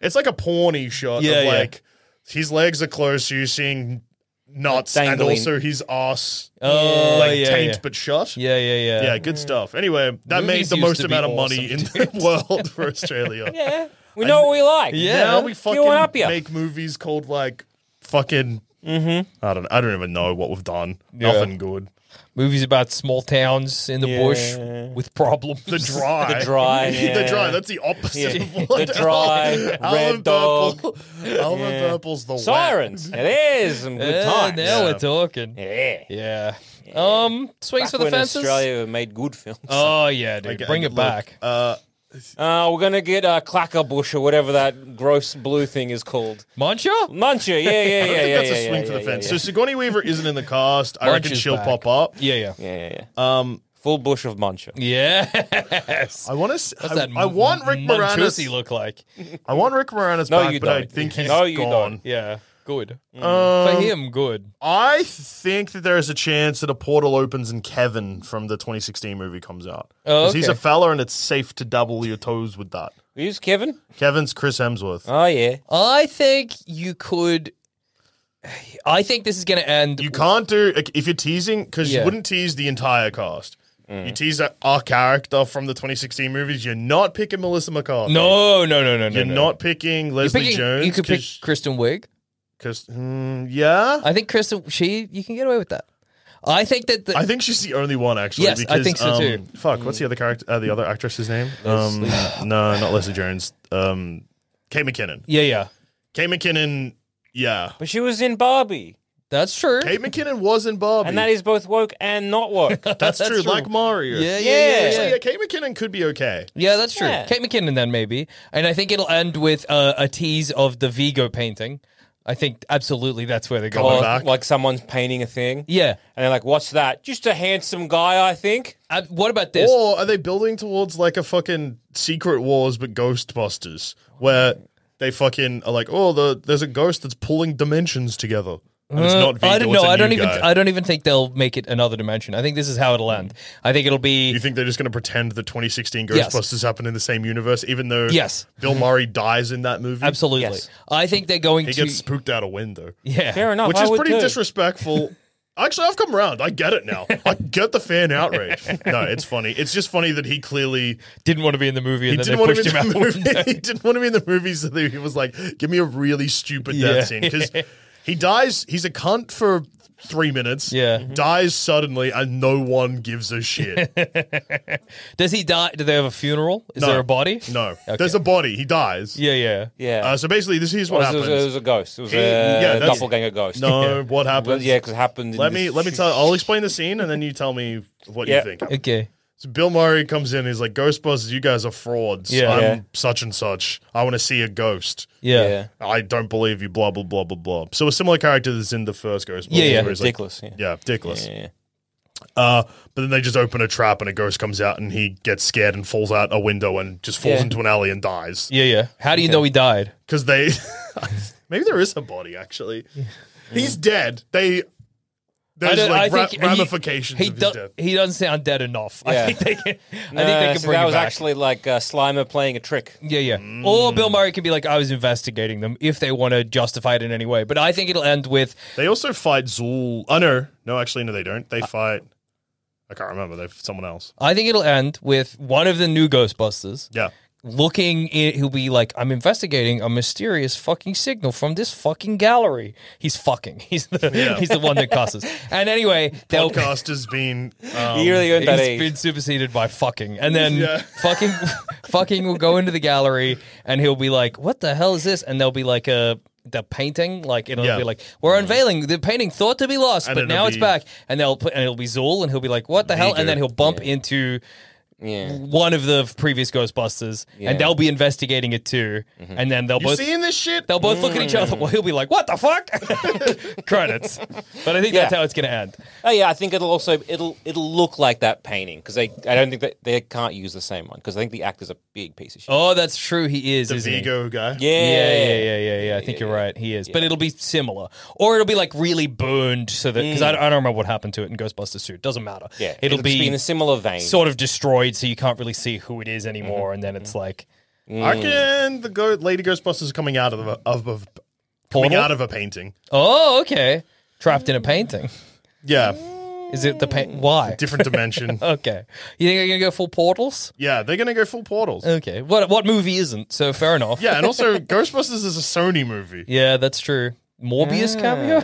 S4: It's like a porny shot
S3: Yeah,
S4: of
S3: yeah.
S4: like his legs are close, so you're seeing nuts
S5: Like
S4: and
S5: dangling.
S4: also his ass
S3: Oh,
S4: like
S3: yeah,
S4: taint
S3: yeah.
S4: but shut.
S3: Yeah, yeah, yeah.
S4: Yeah, good stuff. Anyway, that
S3: Movies
S4: made the
S3: used
S4: most
S3: to be
S4: amount of money in
S3: awesome,
S4: the <laughs> world for Australia.
S5: yeah, we know what we like.
S3: Yeah.
S4: Now we
S5: Get one
S4: fucking
S5: up here.
S4: make movies called like fucking.
S3: Mm-hmm.
S4: I don't. I don't even know what we've done. Nothing good.
S3: Movies about small towns in the bush
S5: Yeah.
S3: with problems.
S4: The dry.
S5: The <laughs>
S4: <laughs>
S5: Dry,
S4: the
S5: yeah.
S4: dry. That's the opposite
S5: Yeah.
S4: of what
S5: The Dry, Red Dog.
S4: Purple. Alvin Purple's the <laughs>
S5: Sirens. Now there's some good
S3: Yeah,
S5: times.
S3: now
S4: Yeah.
S3: we're talking.
S5: Yeah.
S3: Yeah. Um, swings
S5: Back
S3: for the
S5: when
S3: fences.
S5: Australia made good films.
S3: Oh yeah, dude.
S4: whack. Like,
S3: Bring
S4: uh,
S3: it
S4: look,
S3: back.
S4: Uh,
S5: Uh, we're gonna get uh, Clackerbush or whatever that gross blue thing is called. <laughs>
S3: Mancha?
S5: Muncher, yeah, yeah,
S4: <laughs>
S5: yeah,
S4: I think
S5: yeah,
S4: that's
S5: yeah,
S4: a swing
S5: yeah,
S4: for the
S5: yeah,
S4: fence.
S5: Yeah,
S4: So Sigourney Weaver isn't in the cast. I
S3: Munch
S4: reckon
S3: is
S4: she'll
S3: back.
S4: pop up.
S3: Yeah, yeah.
S5: yeah, yeah, yeah. Um, full bush of muncher.
S3: <laughs> Yes.
S4: I want to.
S3: What's
S4: I,
S3: that
S4: I want Rick
S3: Manchusi
S4: Moranis.
S3: look like?
S4: I want Rick Moranis
S5: No,
S4: back,
S5: you
S4: but I
S5: don't.
S4: think he's
S5: No, you
S4: gone.
S3: Yeah. Good. Mm.
S4: Um,
S3: for him, good.
S4: I think that there is a chance that a portal opens and Kevin from the 2016 movie comes out.
S3: Oh,
S4: 'Cause He's a
S3: okay.
S4: fella, and it's safe to double your toes with that.
S5: Who's Kevin?
S4: Kevin's Chris Hemsworth.
S5: Oh yeah.
S3: I think you could. I think this is going to end.
S4: You can't do like, if you're teasing because you
S3: Yeah.
S4: wouldn't tease the entire cast. You tease a, a character from the 2016 movies. You're not picking Melissa McCarthy.
S3: <laughs> no, no, no, no, no.
S4: you're
S3: no.
S4: not picking
S3: You're
S4: Leslie
S3: picking-
S4: Jones.
S3: You could pick
S4: 'cause-
S3: Kristen Wiig.
S4: Cause, mm, yeah, I,
S3: I think Kristen. She. You can get away with that. I think that. The,
S4: think she's the only one actually.
S3: Yes, I
S4: because,
S3: think so,
S4: um,
S3: too. Mm.
S4: Fuck, what's the other character? Uh, the other actress's name? Um, no, not Leslie Jones. Um, Kate McKinnon.
S3: yeah, yeah.
S4: Kate McKinnon. Yeah,
S5: But she was in Barbie,
S3: That's true.
S4: Kate McKinnon was in Barbie.
S5: and that is both woke and
S4: <laughs>
S5: not
S3: <laughs>
S5: woke.
S4: that's,
S3: that's
S4: true,
S3: true.
S4: Like Mario.
S3: yeah, yeah, yeah,
S4: So,
S3: yeah.
S4: yeah, Kate McKinnon could be okay.
S3: Yeah, that's true.
S5: Yeah.
S3: Kate McKinnon, then maybe, and I think it'll end with uh, a tease of the Vigo painting. I think absolutely that's where they're
S4: Coming
S3: going.
S5: or
S4: back.
S5: like someone's painting a thing.
S3: Yeah.
S5: And they're like, "What's that? Just a handsome guy, I think."
S3: Uh, what about this?
S4: Or are they building towards like a fucking Secret Wars but Ghostbusters, where they fucking are like, oh, the, there's a ghost that's pulling dimensions together, and it's not. Vigo,
S3: Uh, I don't
S4: it's
S3: know.
S4: a
S3: I don't
S4: new
S3: even.
S4: guy.
S3: I don't even think they'll make it another dimension. I think this is how it'll end. I think it'll be.
S4: you think they're just going to pretend the 2016
S3: Yes.
S4: Ghostbusters happened in the same universe, even though
S3: Yes.
S4: Bill Murray dies in that movie?
S3: Absolutely.
S5: Yes.
S3: I think they're going
S4: He
S3: to.
S4: gets spooked out a window, <laughs>
S3: yeah.
S5: Fair enough.
S4: which
S5: I
S4: is
S5: would
S4: pretty
S3: <laughs>
S5: too.
S4: disrespectful. Actually, I've come around. I get it now. I get the fan
S3: <laughs>
S4: outrage. No, it's funny. It's just funny that he clearly
S3: Didn't want to be in the movie,
S4: he
S3: and
S4: didn't
S3: then they
S4: want to
S3: pushed
S4: be
S3: him out
S4: in
S3: the
S4: the movie.
S3: window. <laughs>
S4: he didn't want to be in the movie, so he was like, "Give me a really stupid
S3: Yeah.
S4: death scene." Because
S3: <laughs>
S4: he dies, he's a cunt for three minutes. Mm-hmm.
S3: Yeah. Mhm.
S4: dies suddenly, and no one gives a
S3: <laughs>
S4: shit.
S3: Does he die? Do they have a funeral? Is
S4: No.
S3: there a body?
S4: No,
S3: Okay.
S4: there's a body. He dies.
S3: Yeah, Oh, yeah.
S5: Yeah.
S4: Uh, so basically, this here's
S5: It
S4: what
S5: was, it
S4: happens.
S5: was- it was a ghost. It was
S4: He-
S5: a
S4: yeah, that's-
S5: doppelganger ghost.
S4: no, what
S5: <laughs> But
S4: happens?
S5: yeah, because it happened. in
S4: Let
S5: this
S4: me let me
S5: sh-
S4: tell. I'll explain the scene, and then you tell me what
S5: Yeah.
S4: you think. happens.
S3: Okay.
S4: So Bill Murray comes in. He's like, "Ghostbusters, you guys are frauds.
S3: Yeah.
S4: I'm
S5: Yeah.
S4: such and such. I want to see a ghost."
S3: Yeah.
S5: Yeah.
S4: I don't believe you, blah, blah, blah, blah, blah. So a similar character that's in the first Ghostbusters.
S3: Yeah, yeah.
S4: where he's like-
S5: Ridiculous. yeah.
S4: yeah, Dickless.
S5: Yeah.
S4: Uh, but then they just open a trap and a ghost comes out and he gets scared and falls out a window and just falls
S5: Yeah.
S4: into an alley and dies.
S3: Yeah, yeah. How do you know he died?
S4: Because they. <laughs> maybe there is a body, actually. He's dead. They. There's
S3: don't-
S4: like ra-
S3: he-
S4: ramifications
S3: He,
S4: of his
S3: do-
S4: death.
S3: he doesn't sound dead enough.
S5: Yeah.
S3: I think they can. I
S4: uh,
S3: think
S5: No,
S3: they can
S5: so
S3: bring
S5: that
S3: him
S5: was
S3: back.
S5: actually like uh, Slimer playing a
S4: <laughs>
S5: trick.
S3: yeah, yeah. Or Bill Murray can be like, "I was investigating them," if they want to justify it in any way. But I think it'll end with Uh,
S4: They also fight Zool. Oh, no. No, actually, no, they don't. They fight. I can't remember. They've someone else.
S3: I think it'll end with one of the new Ghostbusters
S4: Yeah.
S3: looking. i- He'll be like, "I'm investigating a mysterious fucking signal from this fucking gallery." He's fucking. <laughs> He's the he's the one that cusses. And anyway, they'll
S4: Podcast has
S3: <laughs>
S4: been. Um,
S5: you really earned that
S3: He's
S5: age.
S3: been superseded by fucking, and then
S4: Yeah.
S3: <laughs> fucking, fucking will go into the gallery, and he'll be like, "What the hell is this?" And there'll be like a the painting, like it'll
S4: Yeah.
S3: be like,
S5: Mm.
S3: "We're unveiling the painting thought to be lost,
S4: And
S3: but
S4: it'll
S3: now it's
S4: be-
S3: back." And they'll put, and it'll be Zool, and he'll be like, "What the hell?"
S4: Vigor.
S3: And then he'll bump into
S5: yeah.
S3: one of the previous Ghostbusters, and they'll be investigating it too,
S5: Mm-hmm.
S3: and then they'll
S4: you
S3: both.
S4: seeing this shit?
S3: They'll both look at each
S5: Mm.
S3: other. Well, he'll be like, "What the fuck?" <laughs> Credits. But I think that's
S5: Yeah.
S3: how it's going to end.
S5: Oh yeah, I think it'll also it'll it'll look like that painting because they I don't think that they can't use the same one because I think the actor's a big piece of shit.
S3: Oh, that's true. He is.
S4: The
S3: isn't he?
S4: Vigo guy.
S5: yeah,
S3: Yeah, yeah, yeah, yeah, yeah. I think you're right. He is, but it'll be similar, or it'll be like really burned, so that because I, I don't remember what happened to it in Ghostbusters Two. It doesn't matter.
S5: Yeah,
S3: it'll,
S5: just
S3: be,
S5: in a similar vein.
S3: sort of destroyed, so you can't really see who it is anymore. And then it's like
S4: I reckon the go- Lady Ghostbusters are coming out of a, of a coming
S3: Portal?
S4: out of a painting.
S3: oh, okay, trapped in a painting.
S4: Yeah,
S3: Is it the paint? Why?
S4: different
S5: <laughs>
S4: dimension.
S3: Okay, you think they're gonna go full portals?
S4: yeah, they're gonna go full portals.
S5: Uh,
S3: Okay, what what movie isn't? So fair enough.
S4: yeah, and also Ghostbusters is a Sony movie.
S3: yeah, that's true. Morbius cameo.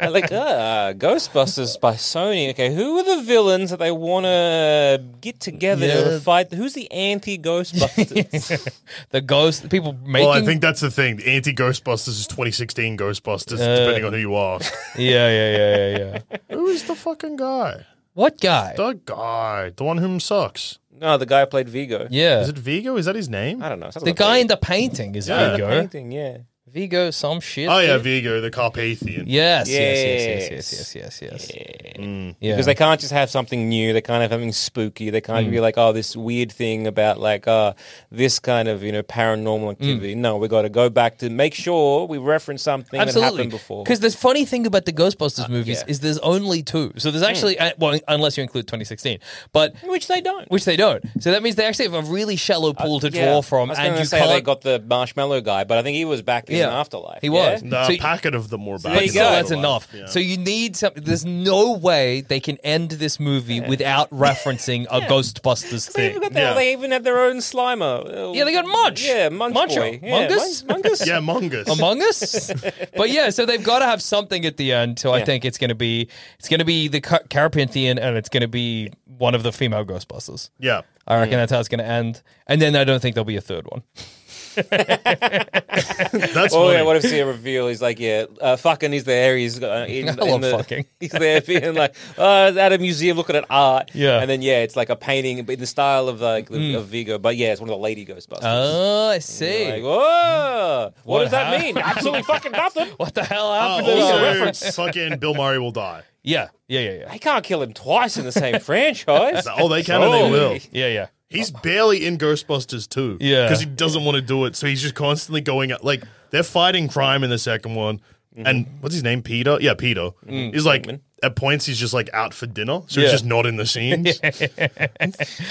S5: I'm like ah, Ghostbusters by Sony. Okay, who are the villains that they want to get together
S3: Yeah.
S5: to fight? Who's
S4: <laughs>
S5: the anti-Ghostbusters?
S3: <laughs> the ghost people making.
S4: Well, I think that's the thing. Anti Ghostbusters is 2016 Ghostbusters,
S5: Uh,
S4: depending on who you
S5: <laughs>
S4: ask.
S3: yeah, yeah, yeah, yeah, yeah.
S4: who is the fucking guy?
S3: what guy?
S4: The guy, the one whom sucks.
S5: no, the guy who played Vigo.
S3: Yeah,
S4: Is it Vigo? Is that his name?
S5: I don't know. Something
S3: The
S5: like
S3: guy
S5: that.
S3: in the painting is
S4: Yeah.
S3: Vigo.
S5: painting. Yeah,
S3: Vigo, some shit.
S4: Oh yeah,
S3: dude.
S4: Vigo, the Carpathian.
S3: Yes, yes,
S5: Yes.
S3: yes, yes, yes, yes, yes.
S4: Mm.
S5: because they can't just have something new. They can't have something spooky. They
S3: Mm.
S5: can't be like, oh, this weird thing about like uh, this kind of you know
S3: Mm.
S5: paranormal activity. No, we got to go back to make sure we reference something that
S3: Absolutely,
S5: happened before. Uh,
S3: because the funny thing about the Ghostbusters movies
S5: yeah. Hmm.
S3: is there's only two. So there's actually, uh, well, unless you include 2016, but
S5: which they don't. Uh,
S3: which they don't. So that means they actually have a really shallow pool to draw
S5: Yeah.
S3: from,
S5: I was
S3: and
S5: gonna
S3: you
S5: say
S3: can't.
S5: they got the marshmallow guy, but I think he was back in
S3: Yeah.
S5: Afterlife.
S3: He
S5: yeah?
S3: was.
S4: The
S3: So you-
S4: packet of them were back.
S5: there
S3: but
S5: you
S4: in
S5: go.
S3: still,
S4: the
S3: that's
S4: lab.
S3: enough.
S4: Yeah.
S3: So you need something. There's no way they can end this movie
S5: <laughs>
S3: without referencing a Ghostbusters
S5: They
S3: thing.
S5: even, got their,
S4: Yeah.
S5: they even had their own Slimer. Uh,
S3: Yeah, they got Munch.
S5: Yeah, Munch
S3: Muncho.
S5: boy. Yeah,
S3: Mungus?
S5: Mun-
S3: <laughs>
S5: Mungus.
S4: yeah, Mongus.
S3: Among Us. but yeah, so they've got to have something at the end. So I
S5: Yeah.
S3: think it's going to be it's going to be the Car- Carpinthian, and it's going to be one of the female Ghostbusters.
S4: yeah.
S3: I
S5: Mm.
S3: reckon that's how it's going to end. And then I don't think there'll be a third one.
S4: That's
S5: Oh yeah,
S4: funny.
S5: what if see a reveal? He's like, yeah, uh, fucking. He's there. He's uh,
S3: <laughs>
S5: in,
S3: I
S5: in
S3: love
S5: the,
S3: fucking.
S5: <laughs> He's there being like, uh, at a museum looking at art.
S3: Yeah. Mm.
S5: and then yeah, it's like a painting in the style of like the of Vigo, but yeah, it's one of the lady Ghostbusters.
S3: Oh, I see.
S5: like, whoa, what,
S3: What
S5: does that
S3: hap-
S5: mean? Absolutely fucking nothing.
S3: what the hell
S4: Uh,
S5: Oh.
S3: happened?
S4: also,
S3: to that?
S4: fucking Bill Murray will die.
S3: yeah, yeah, yeah, yeah,
S5: They can't kill him twice in
S3: <laughs>
S5: the same franchise.
S4: Oh, they can and they
S5: Surely.
S4: will.
S3: yeah, yeah.
S4: He's barely in Ghostbusters too.
S3: Yeah.
S4: Because he doesn't want to do it. So he's just constantly going at like they're fighting crime in the second one.
S3: Mm-hmm.
S4: And what's his name? Peter? Yeah, Peter. He's like at points he's just like out for dinner. So
S3: Mm, Yeah.
S4: he's just not in the
S3: <laughs>
S4: scenes.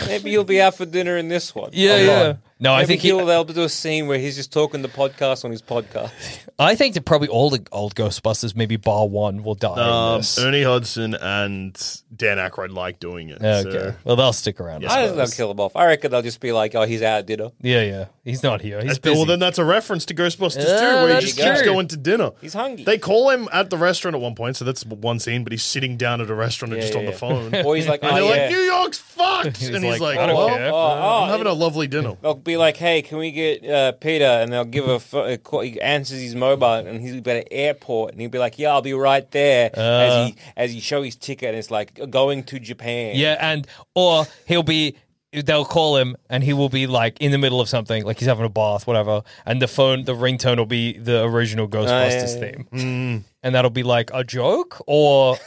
S5: Maybe you'll be out for dinner in this one.
S3: Yeah,
S5: I'm
S3: yeah.
S5: not.
S3: No, I
S5: Maybe
S3: think he-
S5: he'll they'll do a scene where he's just talking the podcast on his podcast.
S3: I think that probably all the old Ghostbusters, maybe bar one, will die. in
S4: Um,
S3: this.
S4: Ernie Hudson and Dan Aykroyd like doing it.
S3: okay.
S4: So.
S3: Well, they'll stick around. I
S5: I don't think
S3: suppose.
S5: <laughs> they'll kill him off. I reckon they'll just be like, oh, he's out at dinner.
S3: Yeah, yeah. He's not here. He's busy.
S4: Well, then that's a reference to Ghostbusters
S3: Yeah,
S4: too, where he
S3: that's
S4: just keeps
S3: true.
S4: going to dinner.
S5: He's hungry.
S4: They call him at the restaurant at one point, so that's one scene. But he's sitting down at a restaurant and just on the phone.
S3: <laughs>
S5: Or he's like, oh,
S4: And they're
S5: yeah.
S4: like, New York's fucked. and he's like,
S3: I don't
S4: well,
S3: care.
S5: oh,
S4: I'm having a lovely dinner.
S5: They'll be like, "Hey, can we get uh, Peter?" And they'll give a, pho- a call. He answers his mobile, and he'll be at an airport, and he'll be like, "Yeah, I'll be right there." as he as he show his ticket, and it's like uh, going to Japan.
S3: Uh. Yeah, and or he'll be they'll call him and he will be like in the middle of something, like he's having a bath, whatever, and the phone the ringtone will be the original Ghostbusters
S5: Oh, yeah, Mm-hmm.
S3: theme. And that'll be like a joke or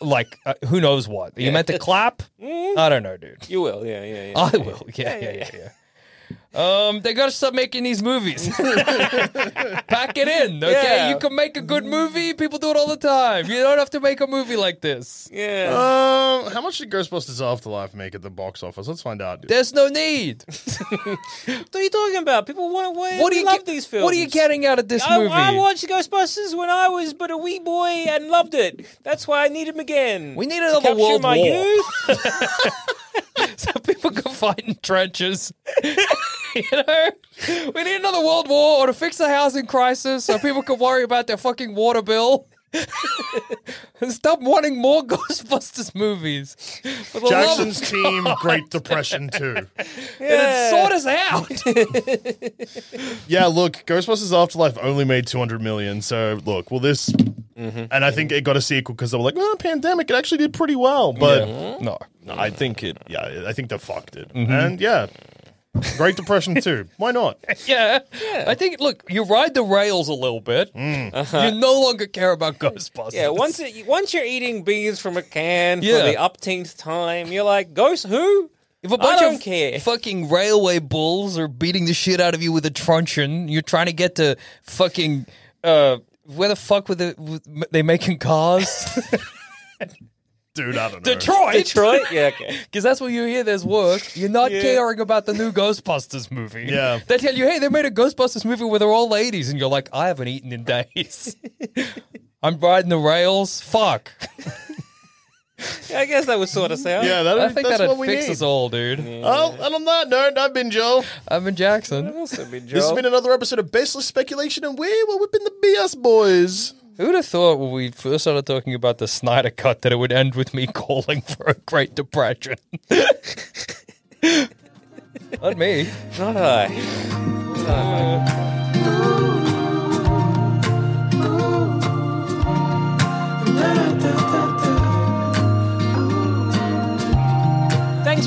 S3: like uh, who knows
S5: Mm-hmm.
S3: what. Are you meant to clap? I don't know, dude. Uh,
S5: you will. Yeah, yeah, yeah.
S3: I will. Yeah, yeah, yeah, yeah. Um, they gotta stop making these
S5: <laughs>
S3: movies. Pack it in, okay?
S5: Yeah.
S3: You can make a good movie. People do it all the time. You don't have to make a movie like this.
S5: Yeah.
S4: Um, how much did Ghostbusters Afterlife make at the box office? Let's find out.
S3: There's no need.
S1: What are you talking about? People want to wait.
S3: What are you
S1: love
S3: get-
S1: these films.
S3: What are you getting out of this
S1: I,
S3: movie?
S1: I watched Ghostbusters when I was but a wee boy and loved it. That's why I need him again.
S3: We need
S1: To
S3: another
S1: capture
S3: world
S1: my
S3: war. <laughs>
S1: youth.
S3: so people can fight in trenches. <laughs> you know, we need another world war or to fix the housing crisis so people can worry about their fucking water bill. <laughs> and stop wanting more <laughs> Ghostbusters movies. For the love of-
S4: Jackson's team, Great Depression 2.
S3: and it <laughs> sort us out.
S4: Yeah, look, Ghostbusters Afterlife only made 200 million. So, look, well, this. And I think it got a sequel because they were like, well, pandemic, it actually did pretty well. But no, no, I think it, yeah, I think they fucked it. And yeah, Great Depression 2. Why not?
S3: yeah. I think. Look, you ride the rails a little bit. You no longer care about Ghostbusters.
S1: Yeah, once it, once you're eating beans from a can
S3: Yeah.
S1: for the upteenth time, you're like, ghost who?
S3: If a
S1: I
S3: bunch
S1: don't
S3: of
S1: care.
S3: <laughs> fucking railway bulls are beating the shit out of you with a truncheon, you're trying to get to fucking uh, where the fuck were the w they
S4: <laughs>
S3: making cars?
S4: <laughs>
S3: <laughs>
S4: Dude, I don't know.
S3: Detroit,
S1: Detroit? Yeah, okay.
S3: because that's where you hear there's work. You're not caring about the new Ghostbusters movie.
S4: Yeah.
S3: they tell you, hey, they made a Ghostbusters movie where they're all ladies, and you're like, I haven't eaten in
S4: <laughs>
S3: days. I'm riding the rails. Fuck.
S1: I guess that would sort us out.
S4: Yeah, that,
S3: I think
S4: that's
S3: that'd
S4: what we
S3: fix
S4: need.
S3: us all, dude.
S4: Oh, and on that note, I've been Joel.
S3: I'm in Jackson.
S4: This has been another episode of Baseless Speculation, and we were whipping the BS boys.
S3: Who would have thought when we first started talking about the Snyder Cut that it would end with me <laughs> calling for a Great Depression? <laughs> Not me.
S1: Not I. Thanks